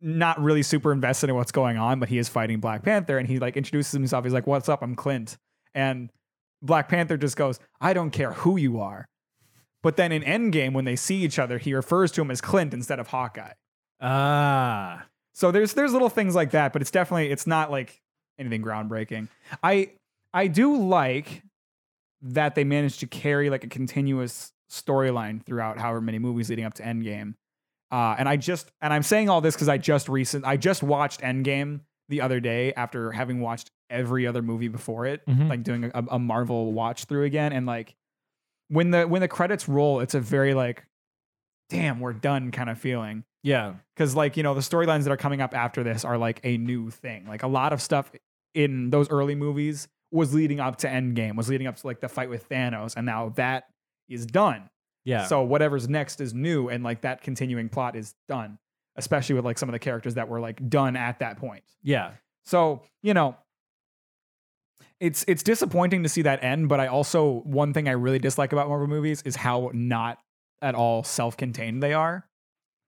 Speaker 2: not really super invested in what's going on, but he is fighting Black Panther and he like introduces himself. He's like, "What's up? I'm Clint." And Black Panther just goes, "I don't care who you are." But then in Endgame when they see each other, he refers to him as Clint instead of Hawkeye.
Speaker 1: ah
Speaker 2: So there's there's little things like that, but it's definitely it's not like anything groundbreaking. I I do like that they managed to carry like a continuous storyline throughout however many movies leading up to Endgame. Uh, and I just and I'm saying all this because I just recent I just watched Endgame the other day after having watched every other movie before it,
Speaker 1: Mhm.
Speaker 2: like doing a, a Marvel watch through again. And like when the when the credits roll, it's a very like, damn, we're done kind of feeling
Speaker 1: yeah
Speaker 2: because like you know the storylines that are coming up after this are like a new thing like a lot of stuff in those early movies was leading up to endgame was leading up to like the fight with thanos and now that is done
Speaker 1: yeah
Speaker 2: so whatever's next is new and like that continuing plot is done especially with like some of the characters that were like done at that point
Speaker 1: yeah
Speaker 2: so you know it's it's disappointing to see that end but i also one thing i really dislike about marvel movies is how not at all self-contained they are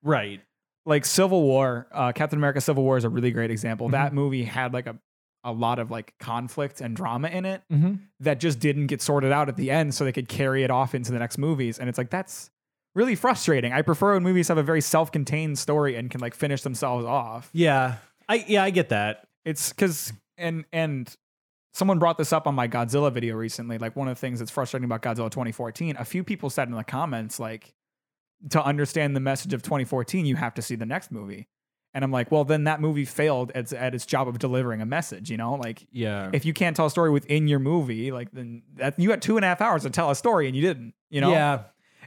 Speaker 1: right
Speaker 2: like Civil War, uh, Captain America: Civil War is a really great example. That movie had like a a lot of like conflict and drama in it
Speaker 1: mm-hmm.
Speaker 2: that just didn't get sorted out at the end, so they could carry it off into the next movies. And it's like that's really frustrating. I prefer when movies have a very self-contained story and can like finish themselves off.
Speaker 1: yeah i yeah i get that
Speaker 2: It's because and and someone brought this up on my Godzilla video recently. Like one of the things that's frustrating about Godzilla 2014, a few people said in the comments like to understand the message of 2014, you have to see the next movie. And I'm like, well, then that movie failed at, at its job of delivering a message. You know, like
Speaker 1: yeah
Speaker 2: if you can't tell a story within your movie, like then that you had two and a half hours to tell a story and you didn't. You know,
Speaker 1: yeah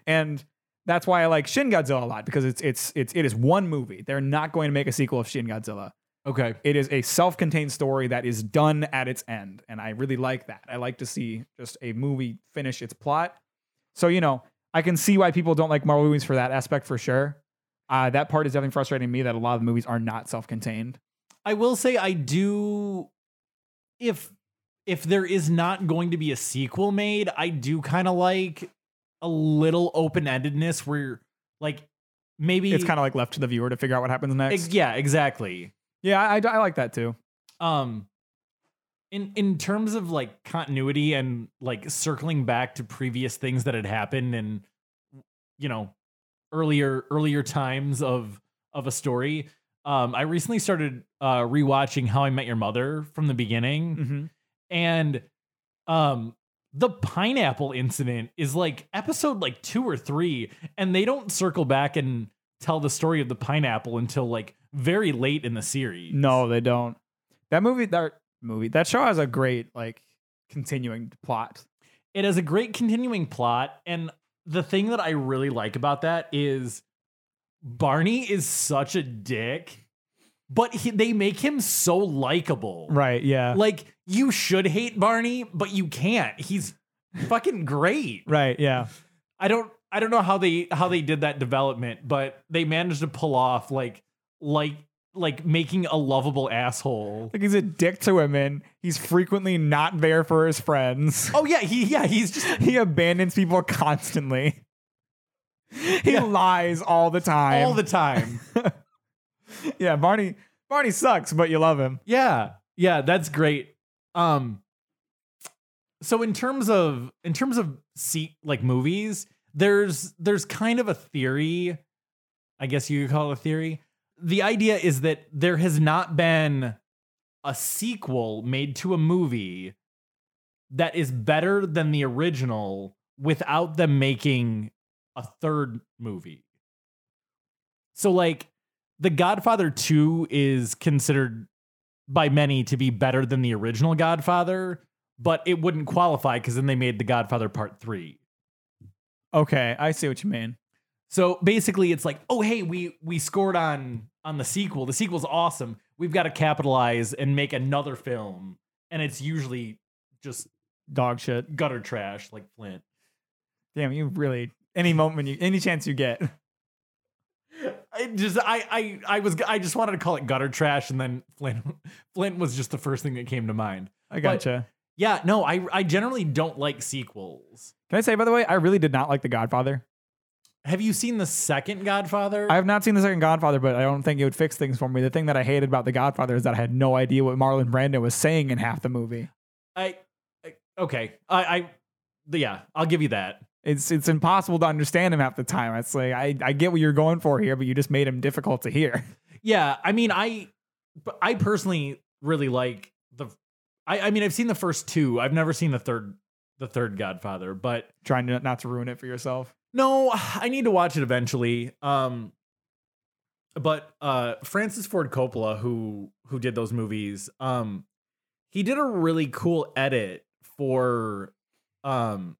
Speaker 2: and that's why I like Shin Godzilla a lot because it's it's it's it is one movie. They're not going to make a sequel of Shin Godzilla.
Speaker 1: okay
Speaker 2: It is a self-contained story that is done at its end, and I really like that. I like to see just a movie finish its plot. So you know, I can see why people don't like Marvel movies for that aspect for sure. Uh, that part is definitely frustrating me that a lot of the movies are not self-contained.
Speaker 1: I will say I do if if there is not going to be a sequel made, I do kind of like a little open-endedness where like maybe
Speaker 2: It's kind of like left to the viewer to figure out what happens next.
Speaker 1: yeah, exactly.
Speaker 2: yeah, I, I like that too.
Speaker 1: um in in terms of like continuity and like circling back to previous things that had happened and you know earlier earlier times of of a story um i recently started uh rewatching how i met your mother from the beginning
Speaker 2: Mm-hmm.
Speaker 1: and um the pineapple incident is like episode like 2 or 3 and they don't circle back and tell the story of the pineapple until like very late in the series
Speaker 2: No, they don't. That movie, that movie, that show has a great like continuing plot.
Speaker 1: it has a great continuing plot and the thing that i really like about that is barney is such a dick but he, they make him so likable
Speaker 2: Right. Yeah.
Speaker 1: like you should hate barney but you can't he's fucking great
Speaker 2: right. Yeah.
Speaker 1: i don't i don't know how they how they did that development but they managed to pull off like like like making a lovable asshole
Speaker 2: Like he's a dick to women. He's frequently not there for his friends.
Speaker 1: oh yeah he yeah he's just
Speaker 2: He abandons people constantly. He
Speaker 1: Yeah.
Speaker 2: lies all the time.
Speaker 1: all the time
Speaker 2: yeah, Barney. Barney sucks, but you love him.
Speaker 1: Yeah. Yeah, that's great. Um so in terms of in terms of seat like movies, there's there's kind of a theory, I guess you could call it a theory. The idea is that there has not been a sequel made to a movie that is better than the original without them making a third movie. So like The Godfather 2 is considered by many to be better than the original Godfather, but it wouldn't qualify because then they made The Godfather Part 3.
Speaker 2: Okay, I see what you mean.
Speaker 1: So basically it's like, oh hey, we we scored on on the sequel. The sequel's awesome. We've got to capitalize and make another film. And it's usually just
Speaker 2: Dog shit.
Speaker 1: gutter trash like Flint.
Speaker 2: Damn, you really any moment you any chance you get.
Speaker 1: I just I I I was I just wanted to call it gutter trash and then Flint Flint was just the first thing that came to mind.
Speaker 2: I gotcha.
Speaker 1: Yeah, no, I I generally don't like sequels.
Speaker 2: Can I say by the way, I really did not like The Godfather.
Speaker 1: Have you seen the second Godfather?
Speaker 2: I have not seen the second Godfather, but I don't think it would fix things for me. The thing that I hated about The Godfather is that I had no idea what Marlon Brando was saying in half the movie.
Speaker 1: I, I okay. I, I yeah, I'll give you that.
Speaker 2: It's it's impossible to understand him half the time. It's like I, I get what you're going for here, but you just made him difficult to hear.
Speaker 1: Yeah, I mean, I, but I personally really like the. I, I mean, I've seen the first two. I've never seen the third, the third Godfather, but
Speaker 2: Trying to not to ruin it for yourself.
Speaker 1: no, I need to watch it eventually. Um, but uh, Francis Ford Coppola, who who did those movies, um, he did a really cool edit for, um,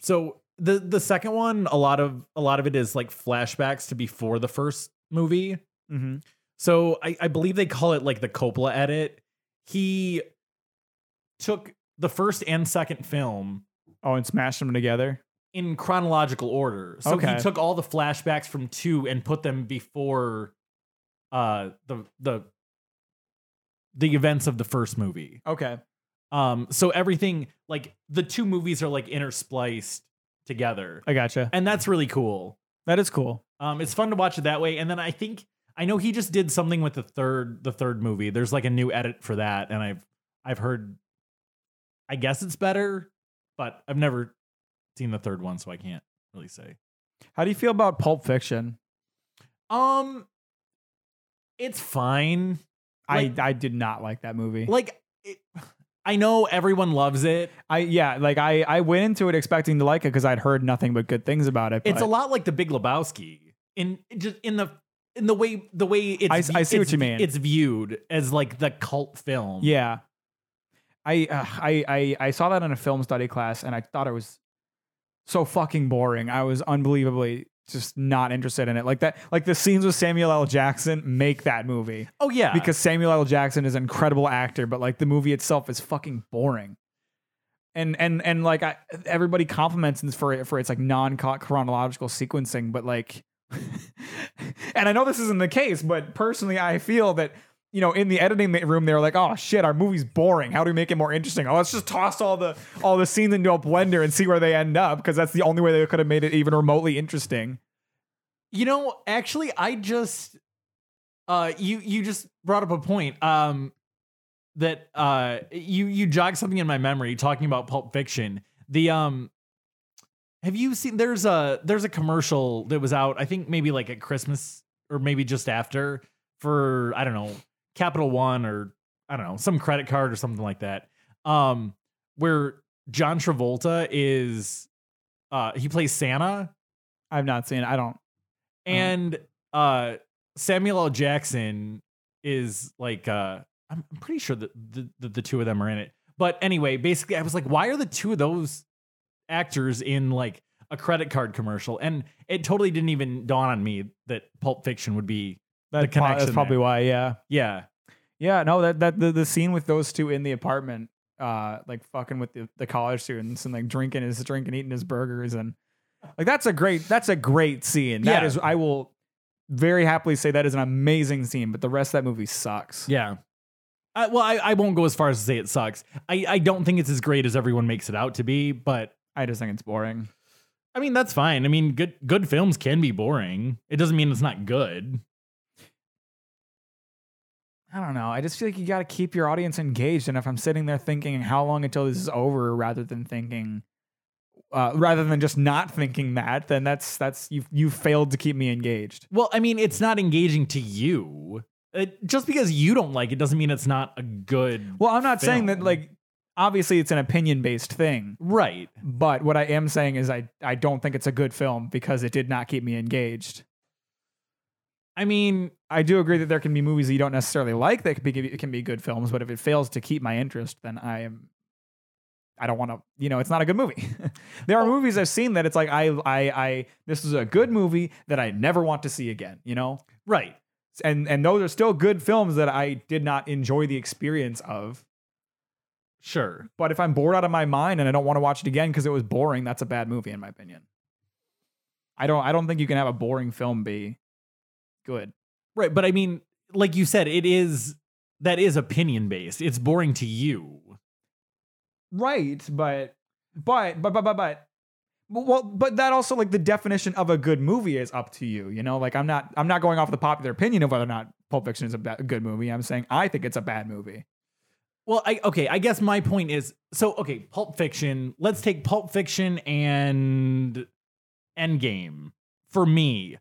Speaker 1: so the the second one, a lot of a lot of it is like flashbacks to before the first movie.
Speaker 2: Mm-hmm.
Speaker 1: So I, I believe they call it like the Coppola edit. He took the first and second film
Speaker 2: Oh, and smash them together.
Speaker 1: in chronological order. So
Speaker 2: Okay.
Speaker 1: he took all the flashbacks from two and put them before uh the the the events of the first movie.
Speaker 2: Okay.
Speaker 1: Um so everything like the two movies are like interspliced together.
Speaker 2: I gotcha.
Speaker 1: And that's really cool.
Speaker 2: That is cool.
Speaker 1: Um, it's fun to watch it that way. And then I think I know he just did something with the third the third movie. There's like a new edit for that, and I've I've heard. I guess it's better, but I've never seen the third one, so I can't really say.
Speaker 2: How do you feel about Pulp Fiction?
Speaker 1: Um, it's fine. Like-
Speaker 2: I I did not like that movie.
Speaker 1: Like, it, I know everyone loves it.
Speaker 2: I yeah, like I I went into it expecting to like it because I'd heard nothing but good things about it.
Speaker 1: It's
Speaker 2: but
Speaker 1: a lot like the Big Lebowski in just in the in the way the way it's
Speaker 2: I s- I see what
Speaker 1: it's-
Speaker 2: you mean.
Speaker 1: It's viewed as like the cult film.
Speaker 2: Yeah. I, uh, I I I saw that in a film study class and I thought it was so fucking boring. I was unbelievably just not interested in it. Like that like the scenes with Samuel L. Jackson make that movie.
Speaker 1: Oh yeah.
Speaker 2: Because Samuel L. Jackson is an incredible actor, but like the movie itself is fucking boring. And and and like I, everybody compliments it for for its like non chronological sequencing, but like, and I know this isn't the case, but personally, I feel that you know, in the editing room, they were like, "Oh shit, our movie's boring. How do we make it more interesting? Oh, let's just toss all the all the scenes into a blender and see where they end up, because that's the only way they could have made it even remotely interesting."
Speaker 1: You know, actually, I just uh you you just brought up a point um that uh you you jogged something in my memory talking about Pulp Fiction. The um have you seen there's a there's a commercial that was out I think maybe like at Christmas or maybe just after for I don't know Capital One or I don't know some credit card or something like that. Um where John Travolta is uh he plays Santa
Speaker 2: I've not seen. it. I don't. Uh-huh.
Speaker 1: and uh Samuel L. Jackson is like uh I'm I'm pretty sure that the, the the two of them are in it. But anyway, basically I was like, why are the two of those actors in like a credit card commercial? And it totally didn't even dawn on me that Pulp Fiction would be
Speaker 2: That po- that's
Speaker 1: connection
Speaker 2: probably
Speaker 1: there.
Speaker 2: why. Yeah.
Speaker 1: yeah.
Speaker 2: Yeah. No. That that the, the scene with those two in the apartment, uh, like fucking with the, the college students and like drinking his drink and eating his burgers and like that's a great that's a great scene. That
Speaker 1: Yeah.
Speaker 2: is, I will very happily say that is an amazing scene. But the rest of that movie sucks.
Speaker 1: Yeah. I, Uh, well, I, I won't go as far as to say it sucks. I, I don't think it's as great as everyone makes it out to be, but
Speaker 2: I just think it's boring.
Speaker 1: I mean that's fine. I mean good good films can be boring. It doesn't mean it's not good.
Speaker 2: I don't know. I just feel like you got to keep your audience engaged. And if I'm sitting there thinking how long until this is over, rather than thinking, uh, rather than just not thinking that, then that's that's you you failed to keep me engaged.
Speaker 1: Well, I mean, it's not engaging to you. It, just because you don't like it doesn't mean it's not a good.
Speaker 2: Well, I'm not saying that
Speaker 1: Film.
Speaker 2: like obviously it's an opinion based thing,
Speaker 1: right.
Speaker 2: but what I am saying is I I don't think it's a good film because it did not keep me engaged.
Speaker 1: I mean,
Speaker 2: I do agree that there can be movies that you don't necessarily like that can be can be good films, but if it fails to keep my interest, then I am I don't want to, you know, it's not a good movie. there are movies I've seen that it's like I I I this is a good movie that I never want to see again, you know?
Speaker 1: right.
Speaker 2: And and those are still good films that I did not enjoy the experience of.
Speaker 1: Sure.
Speaker 2: But if I'm bored out of my mind and I don't want to watch it again because it was boring, that's a bad movie in my opinion. I don't I don't think you can have a boring film be good.
Speaker 1: Right. But I mean, like you said, it is that is opinion based. It's boring to you.
Speaker 2: Right, but but but but but but but, well, but that also like the definition of a good movie is up to you. You know, like I'm not I'm not going off the popular opinion of whether or not Pulp Fiction is a, ba- a good movie. I'm saying I think it's a bad movie.
Speaker 1: Well, I okay. I guess my point is so okay. Pulp Fiction. Let's take Pulp Fiction and Endgame for me.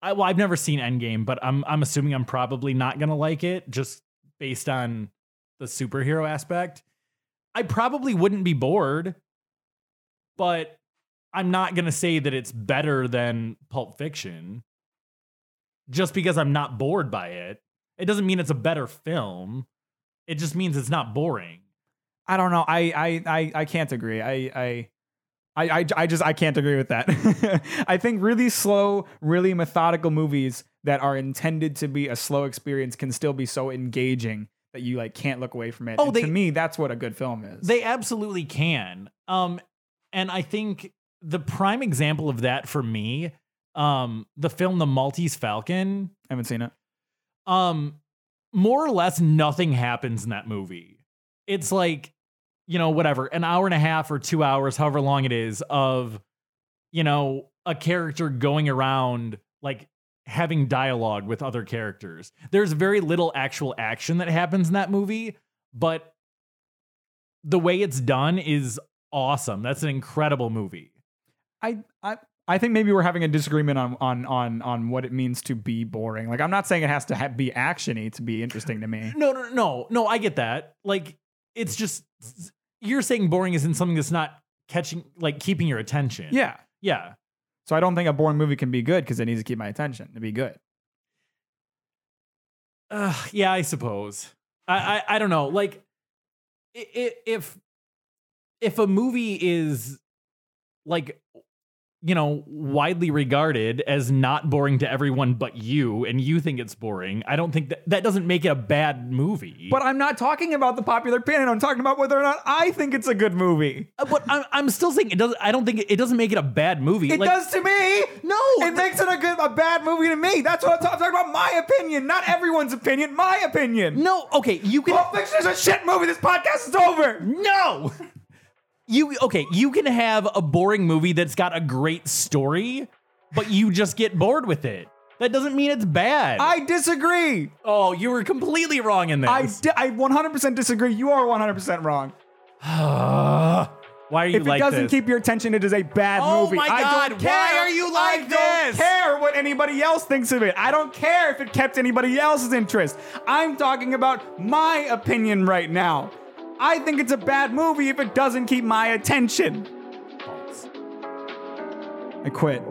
Speaker 1: I, well, I've never seen Endgame, but I'm I'm assuming I'm probably not gonna like it just based on the superhero aspect. I probably wouldn't be bored, but I'm not gonna say that it's better than Pulp Fiction. Just because I'm not bored by it, it doesn't mean it's a better film. It just means it's not boring.
Speaker 2: I don't know. I I I, I can't agree. I I. I, I, I just I can't agree with that. I think really slow, really methodical movies that are intended to be a slow experience can still be so engaging that you like can't look away from it.
Speaker 1: Oh,
Speaker 2: And to
Speaker 1: they-
Speaker 2: me, that's what a good film is.
Speaker 1: They absolutely can. Um, and I think the prime example of that for me, um, the film The Maltese Falcon,
Speaker 2: I haven't seen it.
Speaker 1: um, more or less nothing happens in that movie. It's like, you know, whatever, an hour and a half or two hours, however long it is, of, you know, a character going around like having dialogue with other characters. There's very little actual action that happens in that movie, but the way it's done is awesome. That's an incredible movie.
Speaker 2: I I I think maybe we're having a disagreement on on on on what it means to be boring. Like I'm not saying it has to ha- be actiony to be interesting to me.
Speaker 1: No, no, no, no. I get that. Like, it's just you're saying boring isn't something that's not catching, like keeping your attention.
Speaker 2: Yeah.
Speaker 1: yeah.
Speaker 2: So I don't think a boring movie can be good because it needs to keep my attention to be good.
Speaker 1: Ugh, yeah, I suppose. I, I, I don't know. Like, i- i- if if a movie is like you know, widely regarded as not boring to everyone but you, and you think it's boring. I don't think that that doesn't make it a bad movie.
Speaker 2: But I'm not talking about the popular opinion. I'm talking about whether or not I think it's a good movie.
Speaker 1: Uh, but I'm, I'm still saying it doesn't. I don't think it, it doesn't make it a bad movie.
Speaker 2: It
Speaker 1: Like,
Speaker 2: does to me.
Speaker 1: No,
Speaker 2: it
Speaker 1: th-
Speaker 2: makes it a good, a bad movie to me. That's what I'm, ta- I'm talking about. My opinion, not everyone's opinion. My opinion.
Speaker 1: No, okay, you can.
Speaker 2: Pulp Fiction is a shit movie. This podcast is over.
Speaker 1: No! You okay, you can have a boring movie that's got a great story, but you just get bored with it. That doesn't mean it's bad.
Speaker 2: I disagree.
Speaker 1: oh, you were completely wrong in
Speaker 2: I,
Speaker 1: this.
Speaker 2: di- I 100% disagree. You are 100% wrong.
Speaker 1: Why are you
Speaker 2: If
Speaker 1: like
Speaker 2: it doesn't
Speaker 1: this?
Speaker 2: keep your attention, it is a bad
Speaker 1: Oh
Speaker 2: movie.
Speaker 1: my
Speaker 2: I
Speaker 1: God,
Speaker 2: don't care.
Speaker 1: why are you like
Speaker 2: I
Speaker 1: this?
Speaker 2: don't care what anybody else thinks of it. I don't care if it kept anybody else's interest. I'm talking about my opinion right now. I think it's a bad movie if it doesn't keep my attention. I quit.